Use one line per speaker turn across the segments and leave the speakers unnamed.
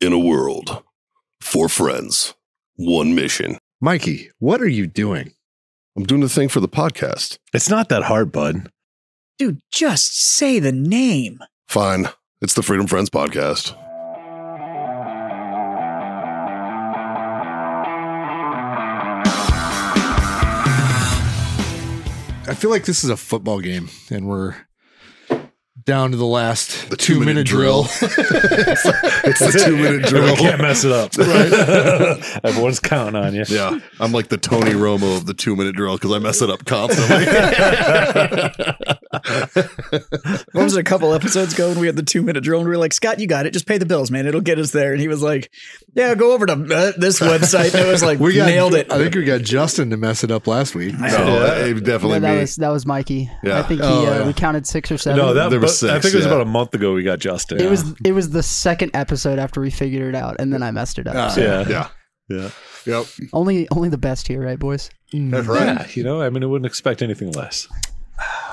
in a world. Four friends, one mission.
Mikey, what are you doing?
I'm doing the thing for the podcast.
It's not that hard, bud.
Dude, just say the name.
Fine. It's the Freedom Friends podcast.
I feel like this is a football game and we're down to the last
The
two,
two-minute
minute drill.
It's the two minute drill.
We can't mess it up. Everyone's counting on you.
Yeah, I'm like the Tony Romo of the two minute drill because I mess it up constantly.
What was it, a couple episodes ago when we had the two minute drill and we were like, Scott, you got it. Just pay the bills, man. It'll get us there. And he was like, Yeah, go over to uh, this website. And it was like,
we got
nailed it.
I think we got Justin to mess it up last week.
no, that- it definitely
No, that
me.
was that was Mikey.
Yeah.
I think he,
Oh,
uh,
yeah.
we counted six or seven.
No, that
There
but,
was six,
I think it was
yeah.
about a month ago we got Justin.
it was it was the second episode after we figured it out, and then I messed it up.
Ah,
so.
yeah.
yeah.
Yeah.
Yep.
Only only the best here, right, boys?
That's
Yeah, you know, I mean, I wouldn't expect anything less.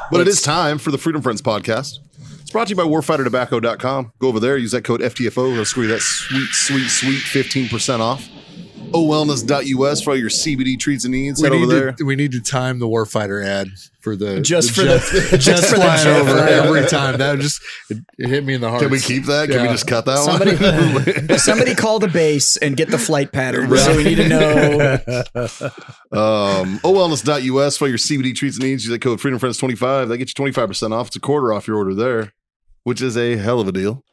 But it is time for the Freedom Friends podcast. It's brought to you by warfightertobacco.com. Go over there, use that code FTFO. They'll score you that sweet, sweet, sweet 15% off. Owellness.us for all your CBD treats and needs.
We
Head over
need,
there.
to, we need to time the warfighter ad for the
Just for
Jets-
the- just
Jets
for the
flying
Jets.
over every time. That would just it, it hit me in the heart.
Can we keep that? Can we
Yeah.
just cut that
Somebody,
one?
somebody call the base and get the flight pattern. So we need to know.
Um, owellness.us for all your CBD treats and needs. Use that code Freedom Friends 25. That gets you 25% off. It's a quarter off your order there, which is a hell of a deal.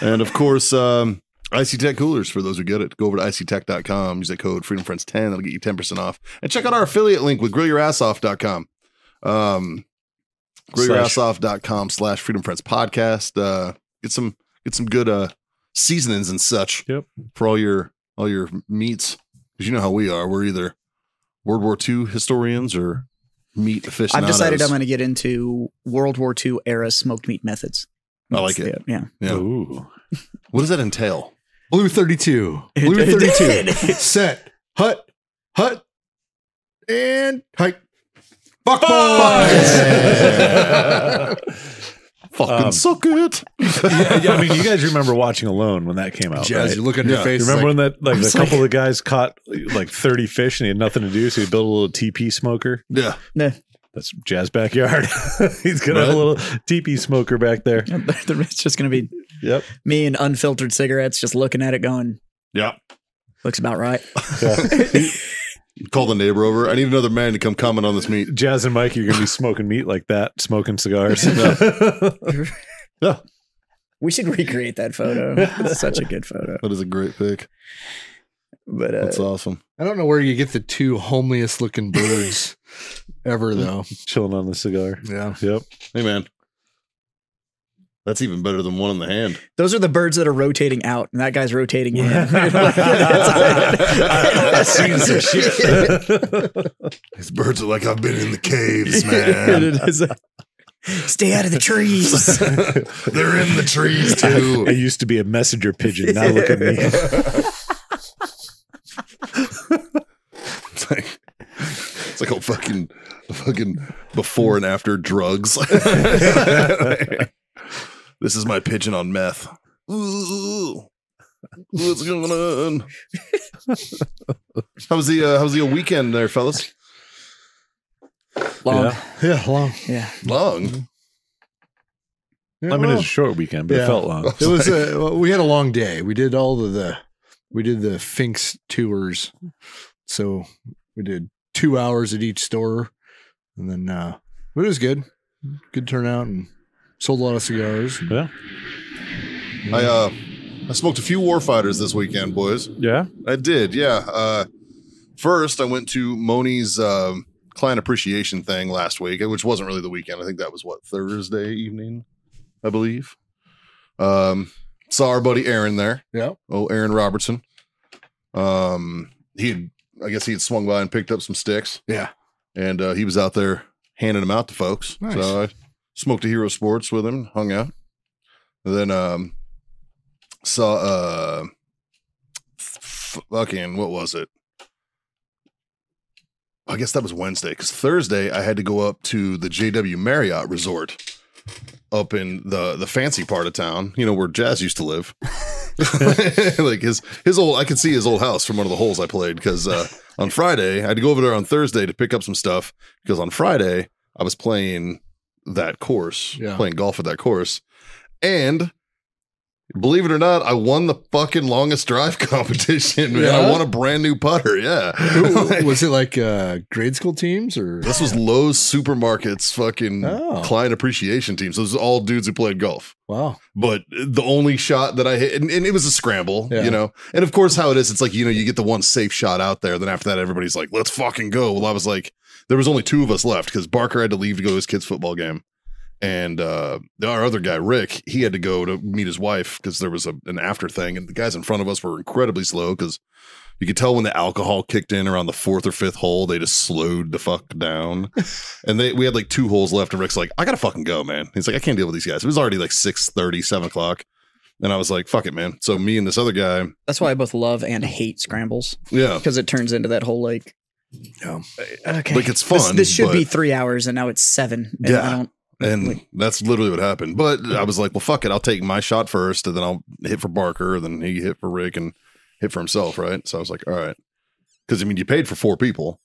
And of course, um, IC Tech coolers for those who get it. Go over to ictech.com. Use that code Freedom Friends 10. That'll get you 10% off. And check out our affiliate link with grillyourassoff.com. Um, grillyourassoff.com slash Freedom Friends podcast. Uh, get some get some good uh seasonings and such
Yep.
for all your all your meats. Because you know how we are. We're either World War II historians or meat aficionados.
I've decided I'm going to get into World War II era smoked meat methods.
I like
That's
it.
the- Yeah.
Yeah.
Ooh.
What does that entail?
Blue 32. Blue
It
32.
did.
Set. Hut. Hut. And hike. Fuck
Fucking
Um,
suck it.
yeah, yeah, I mean, you guys remember watching Alone when that came out,
Jazz,
Oh, right?
you look at your
Yeah.
face.
Remember
like,
when that like
I
the
was
couple
like-
of guys caught like thirty fish and he had nothing to do, so he built a little teepee smoker.
Yeah.
No,
That's Jazz backyard. He's gonna have
Right.
a little teepee smoker back there.
it's just going to be
Yep.
me and unfiltered cigarettes just looking at it going,
Yeah.
looks about right.
Call the neighbor over. I need another man to come comment on this meat.
Jazz and Mike, you're gonna be smoking meat like that, smoking cigars.
We should recreate that photo. It's such a good photo.
That is a great pick.
But uh,
That's awesome.
I don't know where you get the two homeliest looking birds ever, though.
Chilling on the cigar.
Yeah.
Yep.
Hey man. That's even better than one in the hand.
Those are the birds that are rotating out, and that guy's rotating in.
I've
That's
seen some shit.
These birds are like, I've been in the caves, man.
It is. Stay out of the trees.
They're in the trees
I used to be a messenger pigeon. Now look at me.
It's like, it's like a fucking, a fucking before and after drugs. this is my pigeon on meth. Ooh, what's going on? How was the uh, How was the weekend there, fellas?
Long.
Yeah.
Yeah, long.
Yeah.
Long.
I mean, it's a short weekend, but
Yeah.
it felt long.
it was a, well, we had a long day. We did all of the, we did the Finks tours. So we did two hours at each store. And then, uh, but it was good. Good turnout and sold a lot of cigars.
Yeah.
I uh, I smoked a few warfighters this weekend, boys.
Yeah.
I did, yeah. Uh, first, I went to Moni's um, client appreciation thing last week, which wasn't really the weekend. I think that was what Thursday evening, I believe. Um, saw our buddy Aaron there.
Yeah.
Oh, Aaron Robertson. Um, he, had, I guess, he had swung by and picked up some sticks,
Yeah.
and uh, he was out there handing them out to folks.
Nice.
So I smoked a Hero Sports with him, hung out. And then um, saw uh, f- fucking what was it? I guess that was Wednesday because Thursday I had to go up to the JW Marriott Resort up in the the fancy part of town, you know where Jazz used to live. like his his old I can see his old house from one of the holes I played because uh, on Friday I had to go over there on Thursday to pick up some stuff because on Friday I was playing that course,
Yeah.
playing golf at that course, and believe it or not, I won the fucking longest drive competition. Man, I
Yeah?
won a brand new putter. Yeah,
Who- was it like uh, grade school teams or?
this was Lowe's Supermarket's fucking
Oh.
client appreciation team. So this is all dudes who played golf
Wow.
but the only shot that I hit, and, and it was a scramble,
Yeah.
you know. And of course, how it is, it's like you know, you get the one safe shot out there. Then after that, everybody's like, "Let's fucking go." Well, I was like, there was only two of us left because Barker had to leave to go to his kid's football game, and uh, our other guy Rick, he had to go to meet his wife because there was a, an after thing, and the guys in front of us were incredibly slow because. You could tell when the alcohol kicked in around the fourth or fifth hole, they just slowed the fuck down. And they we had like two holes left, and Rick's like, I gotta fucking go, man. He's like, I can't deal with these guys. It was already like 6 7 o'clock. And I was like, fuck it, man. So me and this other guy,
That's why I both love and hate scrambles
yeah.
because it turns into that whole like, uh,
Yeah.
okay,
Like, it's
This-
fun,
This, should be
but-
three hours, and now it's seven. and
Yeah.
I don't-
And that's literally what happened. But I was like, well, fuck it. I'll take my shot first, and then I'll hit for Barker, and then he hit for Rick and hit for himself, right? So I was like, all right. Because I mean, you paid for four people.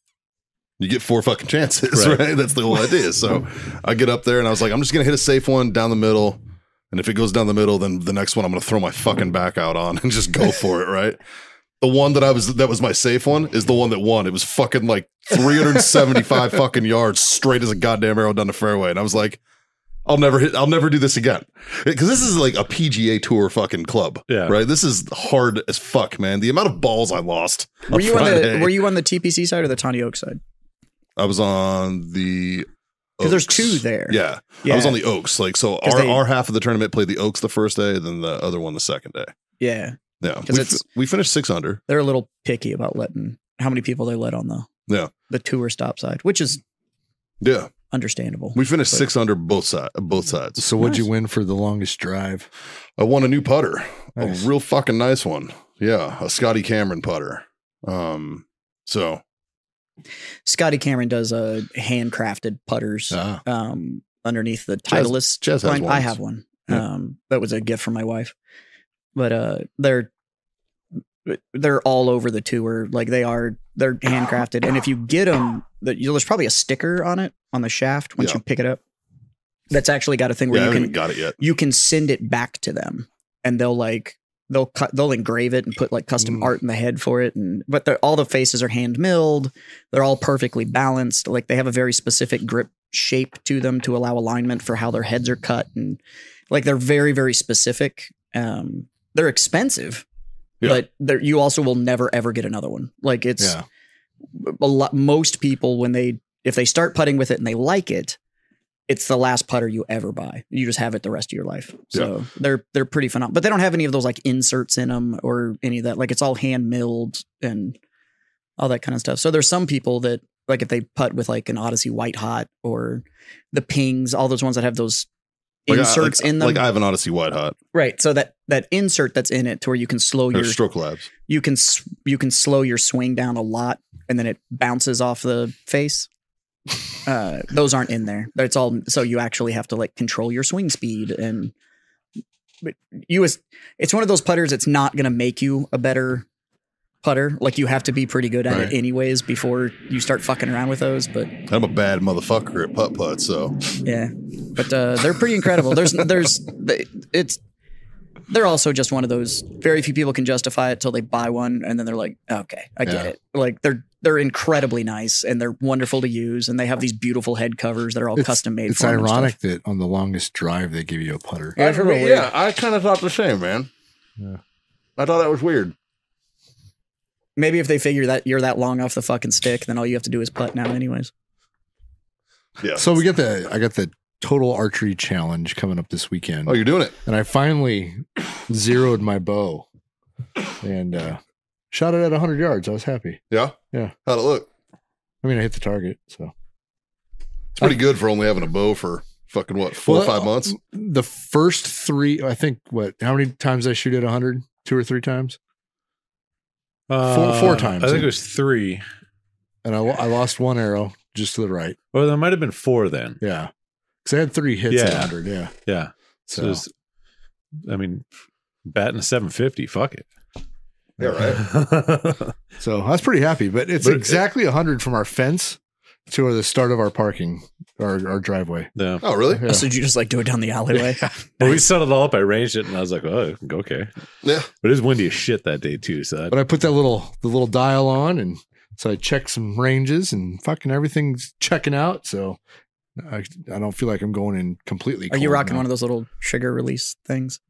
You get four fucking chances, right?
Right.
That's the whole idea. So I get up there and I was like, I'm just gonna hit a safe one down the middle. And if it goes down the middle, then the next one I'm gonna throw my fucking back out on and just go for it, right? The one that I was that was my safe one is the one that won. It was fucking like 375 fucking yards straight as a goddamn arrow down the fairway. And I was like, I'll never hit I'll never do this again. Because this is like a PGA tour fucking club.
Yeah.
Right. This is hard as fuck, man. The amount of balls I lost. on
were you on the
Friday.
Were you on the TPC side or the Tawny Oak side?
I was on the
'Cause there's
Oaks.
two there.
Yeah. I was on the Oaks. Like so
'Cause
our,
they-
our half of the tournament played the Oaks the first day, then the other one the second day.
Yeah,
Yeah.
'Cause
We, f-
it's-
we finished six under.
they're a little picky about letting how many people they let on the
Yeah.
the tour stop side, which is
Yeah.
understandable.
We finished
But-
six under both side both sides.
So what'd you win for the longest drive?
I won a new putter.
Nice.
A real fucking nice one. Yeah. A Scotty Cameron putter. Um so
Scotty Cameron does uh, handcrafted putters
Ah.
um, underneath the
Jazz-
Titleist.
Jazz has
line. I
ones.
have one.
Yeah.
Um, that was a gift from my wife. But uh, they're they're all over the tour. Like they are, they're handcrafted. And if you get them, there's probably a sticker on it on the shaft once
Yeah.
you pick it up. That's actually got a thing
yeah, I
where you
haven't
can
even got it yet.
you can send it back to them and they'll like they'll cut they'll engrave it and put like custom
Mm.
art in the head for it and but they're- all the faces are hand milled they're all perfectly balanced like they have a very specific grip shape to them to allow alignment for how their heads are cut and like they're very very specific um they're expensive
Yeah.
but they're, you also will never ever get another one like it's
Yeah.
a lot most people when they if they start putting with it and they like it it's the last putter you ever buy you just have it the rest of your life so they're they're pretty phenomenal but they don't have any of those like inserts in them or any of that like it's all hand milled and all that kind of stuff so there's some people that like if they putt with like an odyssey white hot or the pings all those ones that have those
Like, I-
inserts
like-
in them
Like I have an Odyssey White Hot
right so that that insert that's in it to where you can slow
or
your
Stroke Labs.
you can s- you can slow your swing down a lot and then it bounces off the face uh those aren't in there that's all so you actually have to like control your swing speed and but you as it's one of those putters that's not going to make you a better putter like you have to be pretty good at
Right.
it anyways before you start fucking around with those but
I'm a bad motherfucker at putt putt, so
yeah, but uh, they're pretty incredible. There's there's they- it's they're also just one of those very few people can justify it till they buy one and then they're like, okay, I get
Yeah.
it. Like they're they're incredibly nice and they're wonderful to use and they have these beautiful head covers that are all
It's-
custom made.
It's
for 'em and stuff.
ironic that on the longest drive they give you a putter.
Yeah, I feel weird.
I kind of thought the same, man.
Yeah.
I thought that was weird.
Maybe if they figure that you're that long off the fucking stick, then all you have to do is putt now, anyways.
Yeah.
So we got the I got the total archery challenge coming up this weekend.
oh, you're doing it.
and I finally zeroed my bow and uh shot it at 100 yards. I was happy.
Yeah.
Yeah.
How'd it look?
I mean, I hit the target, so
It's pretty good for only having a bow for fucking what four or
Well,
five months.
The first 3, I think what how many times I shoot at 100? Two or three times?
Uh,
four times.
I think it was three.
And I, lo- I lost one arrow just to the right.
Well, there might have been four then.
Yeah. Cuz I had 3 hits at
Yeah.
100, yeah.
Yeah.
So,
So, it's- I mean, batting a 750. Fuck it.
Yeah, right.
So I was pretty happy, but it's
But it-
exactly a 100 from our fence to the start of our parking, our, our driveway.
yeah.
Oh, really?
Yeah.
So did you just like do it down the alleyway?
But we set it all up. I arranged it and I was like, oh, okay.
Yeah.
But it was windy as shit that day, too. So that,
But I put that little the little dial on, and so I checked some ranges, and fucking everything's checking out. So I I don't feel like I'm going in completely.
Are you
cold
rocking
now.
one of those little trigger release things?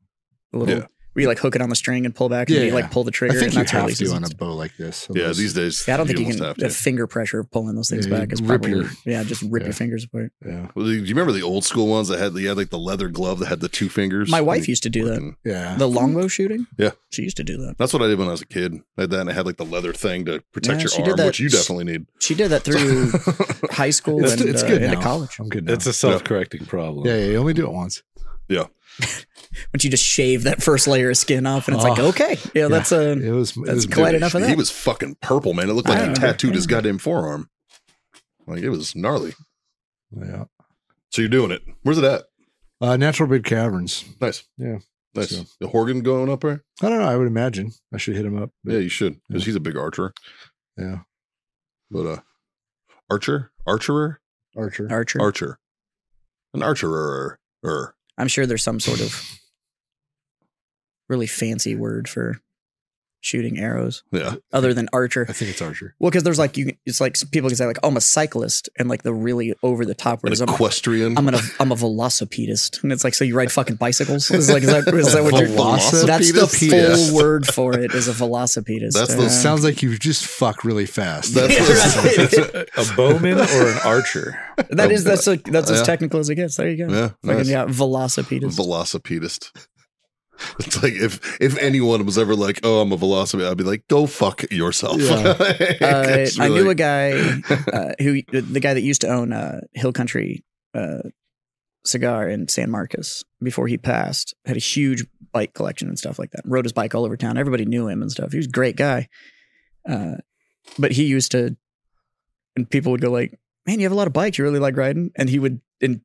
The little
Yeah.
where you like hook it on the string and pull back and
Yeah,
you
yeah.
like pull the
I
trigger
think
and
you
that's how it
have to
releases.
on a bow like this.
Yeah,
Otherwise-
these days.
Yeah, I don't think you
almost
can.
have
The
to.
finger pressure of pulling those things
Yeah,
back is
rip
probably
your-
yeah, just rip
yeah.
your fingers apart.
Yeah,
Well, do you remember the old school ones that had the had like the leather glove that had the two fingers?
My wife used to do that.
Fucking-
yeah.
The longbow shooting.
Yeah.
she used to do that.
That's what I did when I was a kid. I had that and I had like the leather thing to protect
Yeah, she
your
did
arm,
that
which you
s-
definitely need.
She did that through high school
It's-
and
it's
uh,
good
into
now.
college.
I'm good now.
it's a self correcting problem.
yeah, yeah, you only do it once.
Once you just shave that first layer of skin off, and it's like
Oh.
okay, yeah, that's uh, a
It was. It
that's
was
cool. Quite enough of
He
that.
was fucking purple, man. It looked
I
like he
remember.
tattooed his goddamn forearm. Like it was gnarly.
yeah.
So you're doing it. Where's it at?
Uh, natural big caverns.
Nice.
Yeah.
Nice.
So-
The Horgan going up there?
I don't know. I would imagine I should hit him up.
Yeah,
but-
you should. Because
Yeah.
he's a big archer.
yeah.
But uh Archer? Archerer?
Archer.
archer.
Archer. An archerer. Er.
I'm sure there's some sort of really fancy word for shooting arrows
Yeah.
other than archer.
I think it's Archer.
Well, because there's like you, it's like some people can say like, oh, I'm a cyclist, and like the really over the top
An
words. I'm,
equestrian.
I'm an I'm a velocipedist, and it's like so you ride fucking bicycles. It's like is that, is that what you're?
Velocipedist?
That's the
Yes.
full word for it is a velocipedist. Uh,
That's the
It
Um,
sounds like you just fuck really fast.
That's what-
Yeah,
a bowman or an archer?
that is that's a, that's as
Yeah.
technical as it gets. There you go.
yeah.
Fucking,
nice.
yeah, velocipedist.
Velocipedist. It's like if if anyone was ever like, "Oh, I'm a velocipedist," I'd be like, "Go fuck yourself."
Yeah.
uh,
It's
I
really-
knew a guy uh, who the guy that used to own uh, Hill Country uh, cigar in San Marcos before he passed had a huge bike collection and stuff like that. Rode his bike all over town. Everybody knew him and stuff. He was a great guy, uh, but he used to, and people would go like, "Man, you have a lot of bikes. You really like riding." And he would and.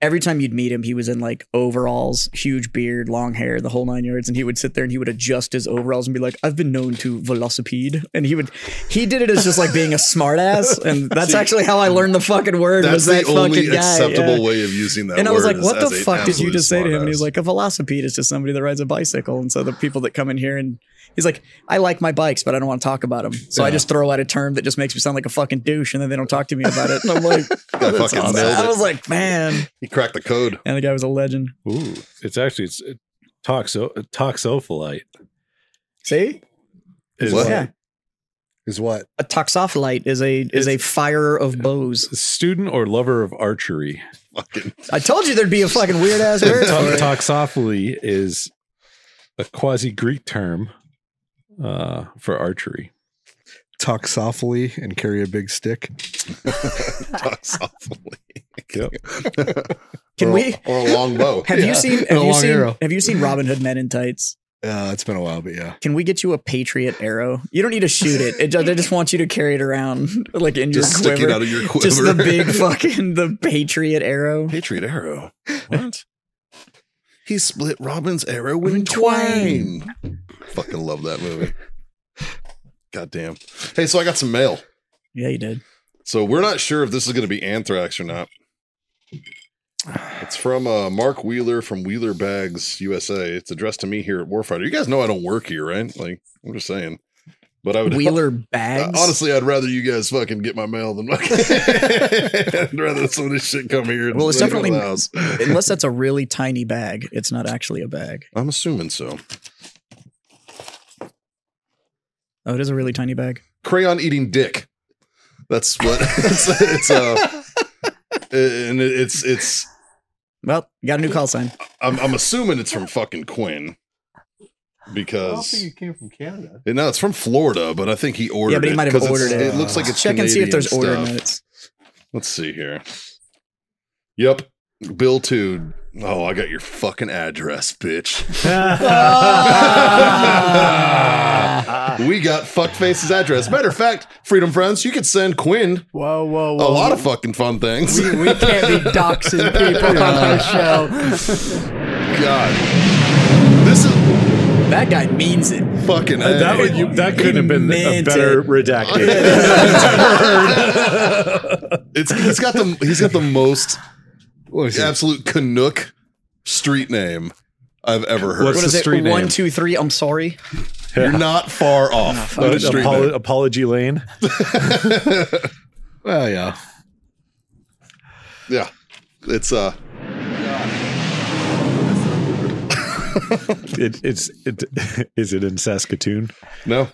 Every time you'd meet him, he was in like overalls, huge beard, long hair, the whole nine yards. And he would sit there and he would adjust his overalls and be like, I've been known to velocipede. And he would he did it as just like being a smartass, and that's
See,
actually how I learned the fucking word.
That's
was that
the only
fucking guy,
acceptable
yeah.
way of using that.
And I was
word
like,
is
"What the
as a
fuck did you
absolute
just say to him?"
smartass.
And he was like, "A velocipede is just somebody that rides a bicycle." And so the people that come in here and he's like, "I like my bikes, but I don't want to talk about them." So I
Yeah.
just throw out a term that just makes me sound like a fucking douche, and then they don't talk to me about it. And I'm like,
I
"That's
fucking
awesome."
nailed
I
it.
was like, "Man,"
"He cracked the code."
and the guy was a legend.
Ooh, it's actually it's it, toxo toxopholite.
See,
Is
What?
like-
yeah,
Is what?
a toxopholite is a is a firer of bows.
Student or lover of archery.
Fucking
I told you there'd be a fucking weird ass word.
To-
for it.
Toxophily is a quasi Greek term uh, for archery.
Talk softly and carry a big stick.
talk softly.
Yep.
Can
or,
we-
Or a long bow.
Have
Yeah,
you seen?
and
Have
a
you
long
seen?
arrow.
Have you seen Robin Hood Men in Tights?
Uh, it's been a while, but yeah.
Can we get you a Patriot arrow? You don't need to shoot it. it ju- they just want you to carry it around like in
Just sticking
your quiver.
out of your quiver.
Just the big fucking the Patriot arrow.
Patriot arrow. What? he split Robin's arrow
In
in
twain.
twine. Fucking love that movie. Goddamn. Hey, so I got some mail.
Yeah, you did.
So we're not sure if this is going to be anthrax or not. It's from uh, Mark Wheeler from Wheeler Bags USA. It's addressed to me here at Warfighter. You guys know I don't work here, right? Like I'm just saying. But I would
Wheeler
Uh,
bags.
honestly, I'd rather you guys fucking get my mail than I'd rather some of this shit come here. and
Well, it's
read it
definitely-
loud.
unless that's a really tiny bag, it's not actually a bag.
I'm assuming so.
Oh, it is a really tiny bag.
Crayon eating dick. That's what it's. it's uh, and it- it's it's.
Well, got a new call sign.
I'm I'm assuming it's from fucking Quinn because
came from Canada.
No, it's from Florida, but I think he ordered.
Yeah, but he
it
might have
'cause it's-
ordered
It
it.
looks like it's
Check and see if there's order
Canadian stuff.
minutes.
Let's see here. Yep, Bill Tude. Oh, I got your fucking address, bitch. Ah!
Ah.
we got fuckface's address. Matter of fact, Freedom Friends, you could send Quinn
Whoa, whoa,
a lot of fucking fun things.
We, we can't be doxing people on our show.
God, this is
That guy means it.
Fucking
Uh, that
A.
would you, that couldn't have been a
Meant
better
it.
redacted.
It's he's got the he's got the most
What is it?
absolute Canuck street name I've ever heard.
What's
What
the
is it?
street
One,
name?
two, three. I'm sorry.
You're not far off.
Uh,
with the street
apolo-
name.
apology lane.
Well, yeah.
Yeah, it's uh.
It, it's it, is it in Saskatoon?
No,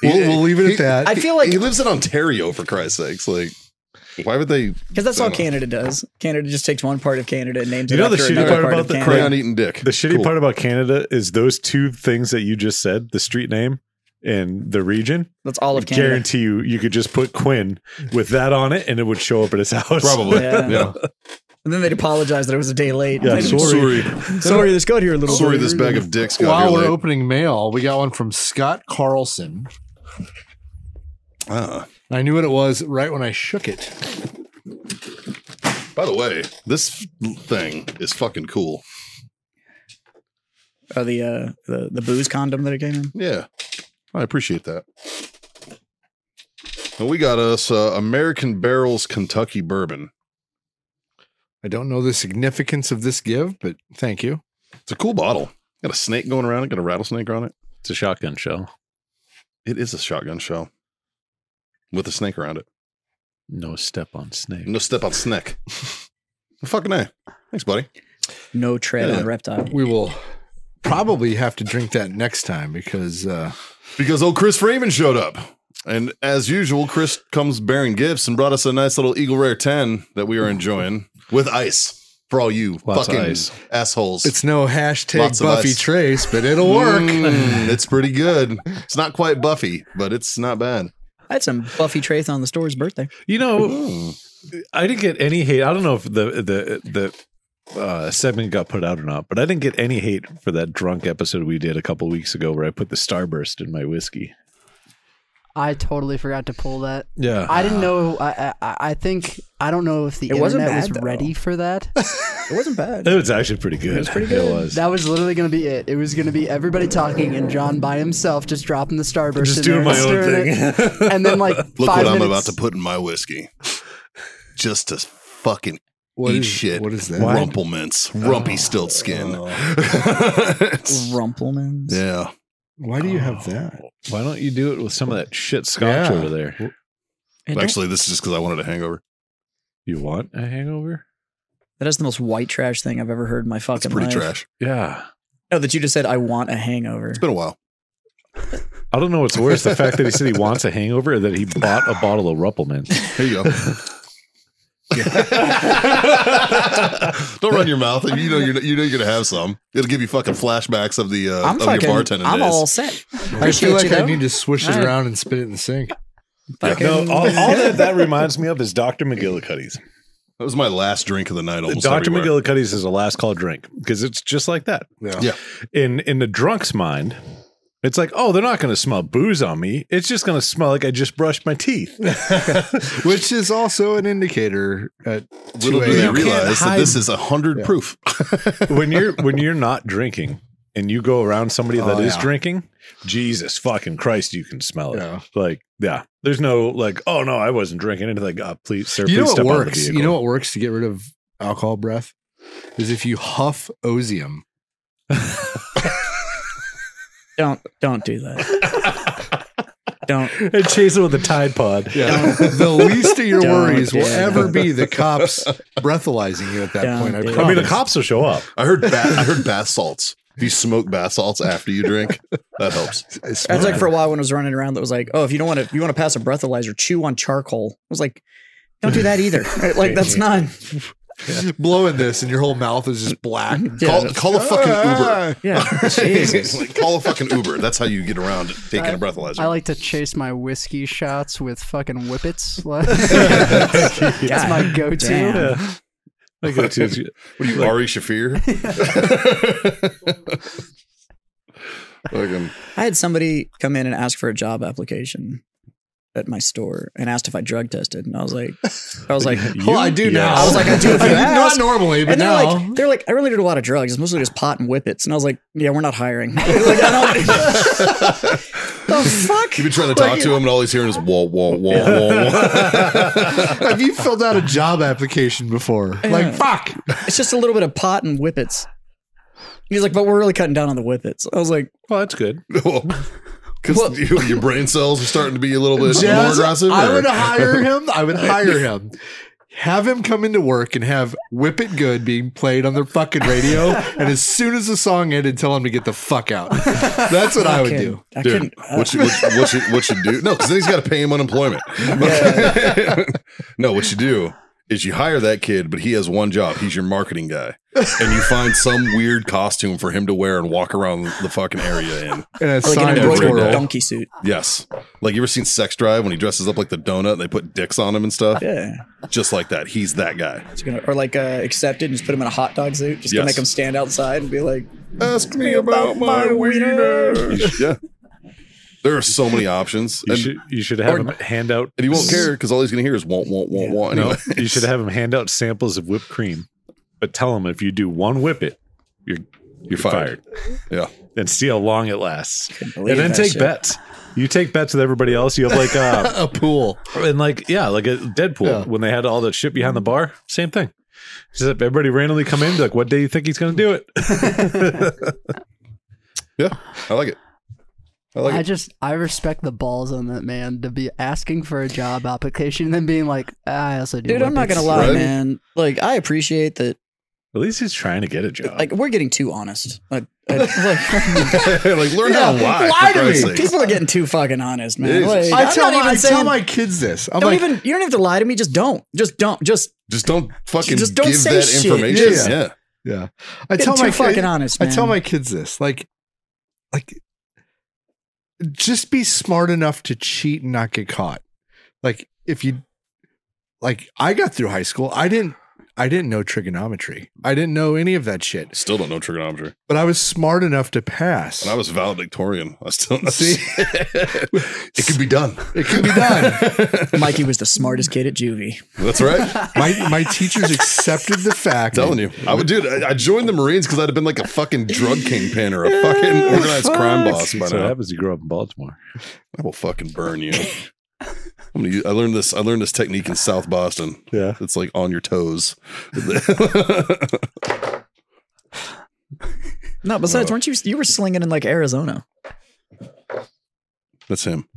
We'll, we'll leave it at that.
I feel like
he lives in Ontario for Christ's sakes. Like, why would they
because that's all
Dunno.
Canada does. Canada just takes one part of Canada and names
You
it
know
after
the shitty
another
part
part
about
of
the
Canada.
crayon eating dick?
The shitty
Cool.
part about Canada is those two things that you just said: the street name and the region.
That's all of Canada.
Guarantee you, you could just put Quinn with that on it, and it would show up at his house.
probably.
Yeah.
Yeah, yeah.
And then they'd apologize that it was a day late.
Yeah,
They'd-
Sorry,
sorry, this got here a little.
sorry.
bit.
This bag of dicks got
While
here
we're
late.
opening mail, we got one from Scott Carlson.
Ah.
I knew what it was right when I shook it.
By the way, this thing is fucking cool.
Oh, the uh, the the booze condom that it came in.
Yeah, I appreciate that. And we got us uh, American Barrels Kentucky Bourbon.
I don't know the significance of this give, but thank you.
It's a cool bottle. Got a snake going around it. Got a rattlesnake on it.
It's a shotgun shell,
It is a shotgun shell with a snake around it.
no step on snake.
No step on snake. fucking a. Thanks, buddy.
No tread
Yeah.
on reptile.
We will probably have to drink that next time because uh,
Because old Chris Freeman showed up. And as usual, Chris comes bearing gifts and brought us a nice little Eagle Rare 10 that we are enjoying with ice for all you
Lots of
fucking
ice.
assholes.
it's no hashtag
Lots of
Buffy
ice.
Trace, but it'll work.
Mm, it's pretty good. It's not quite Buffy, but it's not bad.
I had some Buffy Traith on the store's birthday.
You know, I didn't get any hate. I don't know if the the the uh, segment got put out or not, but I didn't get any hate for that drunk episode we did a couple weeks ago where I put the starburst in my whiskey.
I totally forgot to pull that.
Yeah,
I didn't know. I I, I think I don't know if the
It wasn't
internet
bad,
was
though.
ready for that.
It wasn't bad.
it was actually pretty good. It was pretty good. It was.
that was literally going to be it. It was going to be everybody talking and John by himself just dropping the starburst.
Just
in
doing
there
my
and stirring it.
own thing.
And then like
Look
five
what I'm
minutes-
about to put in my whiskey. Just to fucking
What
eat
is-
shit.
What is that? Oh.
Why-
Rumplements. Rumpy stilt skin.
Rumplemans.
yeah.
Why do you have that?
Oh. Why don't you do it with some of that shit scotch
Yeah.
over there?
I don't-
Actually, this is just because I wanted a hangover.
You want a hangover?
that is the most white trash thing I've ever heard in my fucking
It's pretty
life.
trash.
Yeah.
No, that you just said I want a hangover.
It's been a while.
I don't know what's worse, the fact that he said he wants a hangover or that he bought a bottle of Ruppelman.
Here you go. Don't run your mouth. You know you're you know you're gonna have some. It'll give you fucking flashbacks of the uh,
I'm
of
fucking.
your bartending
I'm
days.
all set.
I feel
Appreciate
like
you,
I
though.
need to swish it
Alright.
around and spit it in the sink.
Fucking-
No, all, all that that reminds me of is Dr. McGillicuddy's.
that was my last drink of the night. Almost
Dr.
everywhere.
McGillicuddy's is a last call drink because it's just like that.
Yeah.
In in the drunk's mind, it's like, oh, they're not going to smell booze on me. It's just going to smell like I just brushed my teeth.
Which is also an indicator at
Little do
2
they
You
a.m.
can't
realize that
hide-
this is a hundred
Yeah.
proof.
when you're when you're not drinking and you go around somebody that is
Oh, yeah.
drinking, Jesus fucking Christ, you can smell it.
Yeah.
Like, yeah, there's no like, oh no, I wasn't drinking. And like, oh, please, sir,
You
please
know what
step out of the
works? You
vehicle.
know what works to get rid of alcohol breath is if you huff osium.
Don't don't do that. don't.
and chase it with a Tide Pod.
Yeah. the least of your
Don't
worries
do
will
that.
ever be the cops breathalyzing you at that
Don't
point. I,
do that.
I mean, the
promise.
cops will show up.
I heard ba- I heard bath salts. If you smoke bath salts after you drink, that helps.
I smell
That's like
it.
for a while when I was running around. That was like, oh, if you don't want to, you want to pass a breathalyzer, chew on charcoal. I was like, don't do that either. like that's not.
blowing this, and your whole mouth is just black.
Yeah,
call
that's-
call a fucking
Ah,
Uber.
Yeah, Jesus.
Like, call a fucking Uber. That's how you get around taking a breathalyzer.
I like to chase my whiskey shots with fucking whippets. Like,
God
That's my go-to.
damn.
Yeah. Like, it's- it's-
What are you, Ari Shafir? Fucking
I had somebody come in and ask for a job application at my store and asked if I drug tested, and I was like, I was like,
Well, I do now.
I was like, I do if
not
you ask.
normally, but
And they're
now.
like, they're like, I really did a lot of drugs. It's mostly just pot and whippets. And I was like, yeah, we're not hiring. like, I don't. the fuck?
You've been trying to talk to him, and all he's hearing is wah wah wah wah. wah.
Have you filled out a job application before? Like, fuck.
It's just a little bit of pot and whippets. He's like, but we're really cutting down on the whippets. I was like,
Well, that's good.
Because
Well-
your brain cells are starting to be a little bit more
Jazz,
aggressive.
I
or-
would hire him. I would hire him. Have him come into work and have Whip It Good being played on their fucking radio. and as soon as the song ended, tell him to get the fuck out. That's what I, would
can't-
do.
I
Dude,
couldn't. uh,
what you, what, you- what, you, what you do? No, because then he's got to pay him unemployment. no, what you do is you hire that kid, but he has one job. He's your marketing guy, and you find some weird costume for him to wear and walk around the fucking area in.
And a
like
sign
an
every
every
embroidered
day.
donkey suit.
Yes, like you ever seen Sex Drive when he dresses up like the donut and they put dicks on him and stuff,
Yeah.
just like that. He's that guy.
Just gonna, or like uh, accepted and just put him in a hot dog suit. Just
Yes.
gonna make him stand outside and be like,
Ask me about my wiener. Yeah, there are so many options,
You
and,
should you should have him hand out.
and he won't care because all he's gonna hear is want, want, want, want.
No,
Anyway.
you should have him hand out samples of whipped cream, but tell him if you do one whip it, you're you're,
fired.
fired.
Yeah.
and see how long it lasts. And
believe
then
that
take
shit.
bets. You take bets with everybody else. You have like uh
a pool.
Oh.
and like yeah, like a Deadpool
Yeah.
when they had all that shit behind the bar. Same thing. Except everybody randomly come in like, what day you think he's gonna do it?
Yeah, I like it. I like
I
it.
just I respect the balls on that man to be asking for a job application and then being like, ah, I also do.
dude, I'm not gonna
whippets."
lie,
Right?
man. Like, I appreciate that.
At least he's trying to get a job.
Like, we're getting too honest. Like, I- like,
like learn how to lie.
lie
for
to
Christ's sake.
me.
people are getting too fucking honest, man.
Jesus.
Like,
I
I'm
tell,
not
my,
even
I
saying.
tell my kids this. I'm
don't
like,
even. You don't have to lie to me. Just don't. Just don't. Just
Just don't fucking
Just don't
give
say
that
shit.
information.
Yeah.
Yeah.
yeah. I
get
tell
too
my
fucking
kids.
honest,
I
man.
tell my kids this, like, like, just be smart enough to cheat and not get caught. Like, if you, like, I got through high school, I didn't, I didn't know trigonometry, I didn't know any of that shit,
Still don't know trigonometry.
but I was smart enough to pass.
And I was valedictorian. I still don't know.
See?
it could be done.
it can be done.
Mikey was the smartest kid at juvie.
That's right.
my my teachers accepted the fact.
telling you. I would dude, I, I joined the Marines because I'd have been like a fucking drug kingpin or a fucking organized crime boss
That's
by
what
now.
happens. You grow up in Baltimore.
I will fucking burn you. I'm gonna use, I learned this I learned this technique in South Boston.
Yeah.
It's like on your toes.
No, besides, weren't you? You were slinging in like Arizona.
That's him.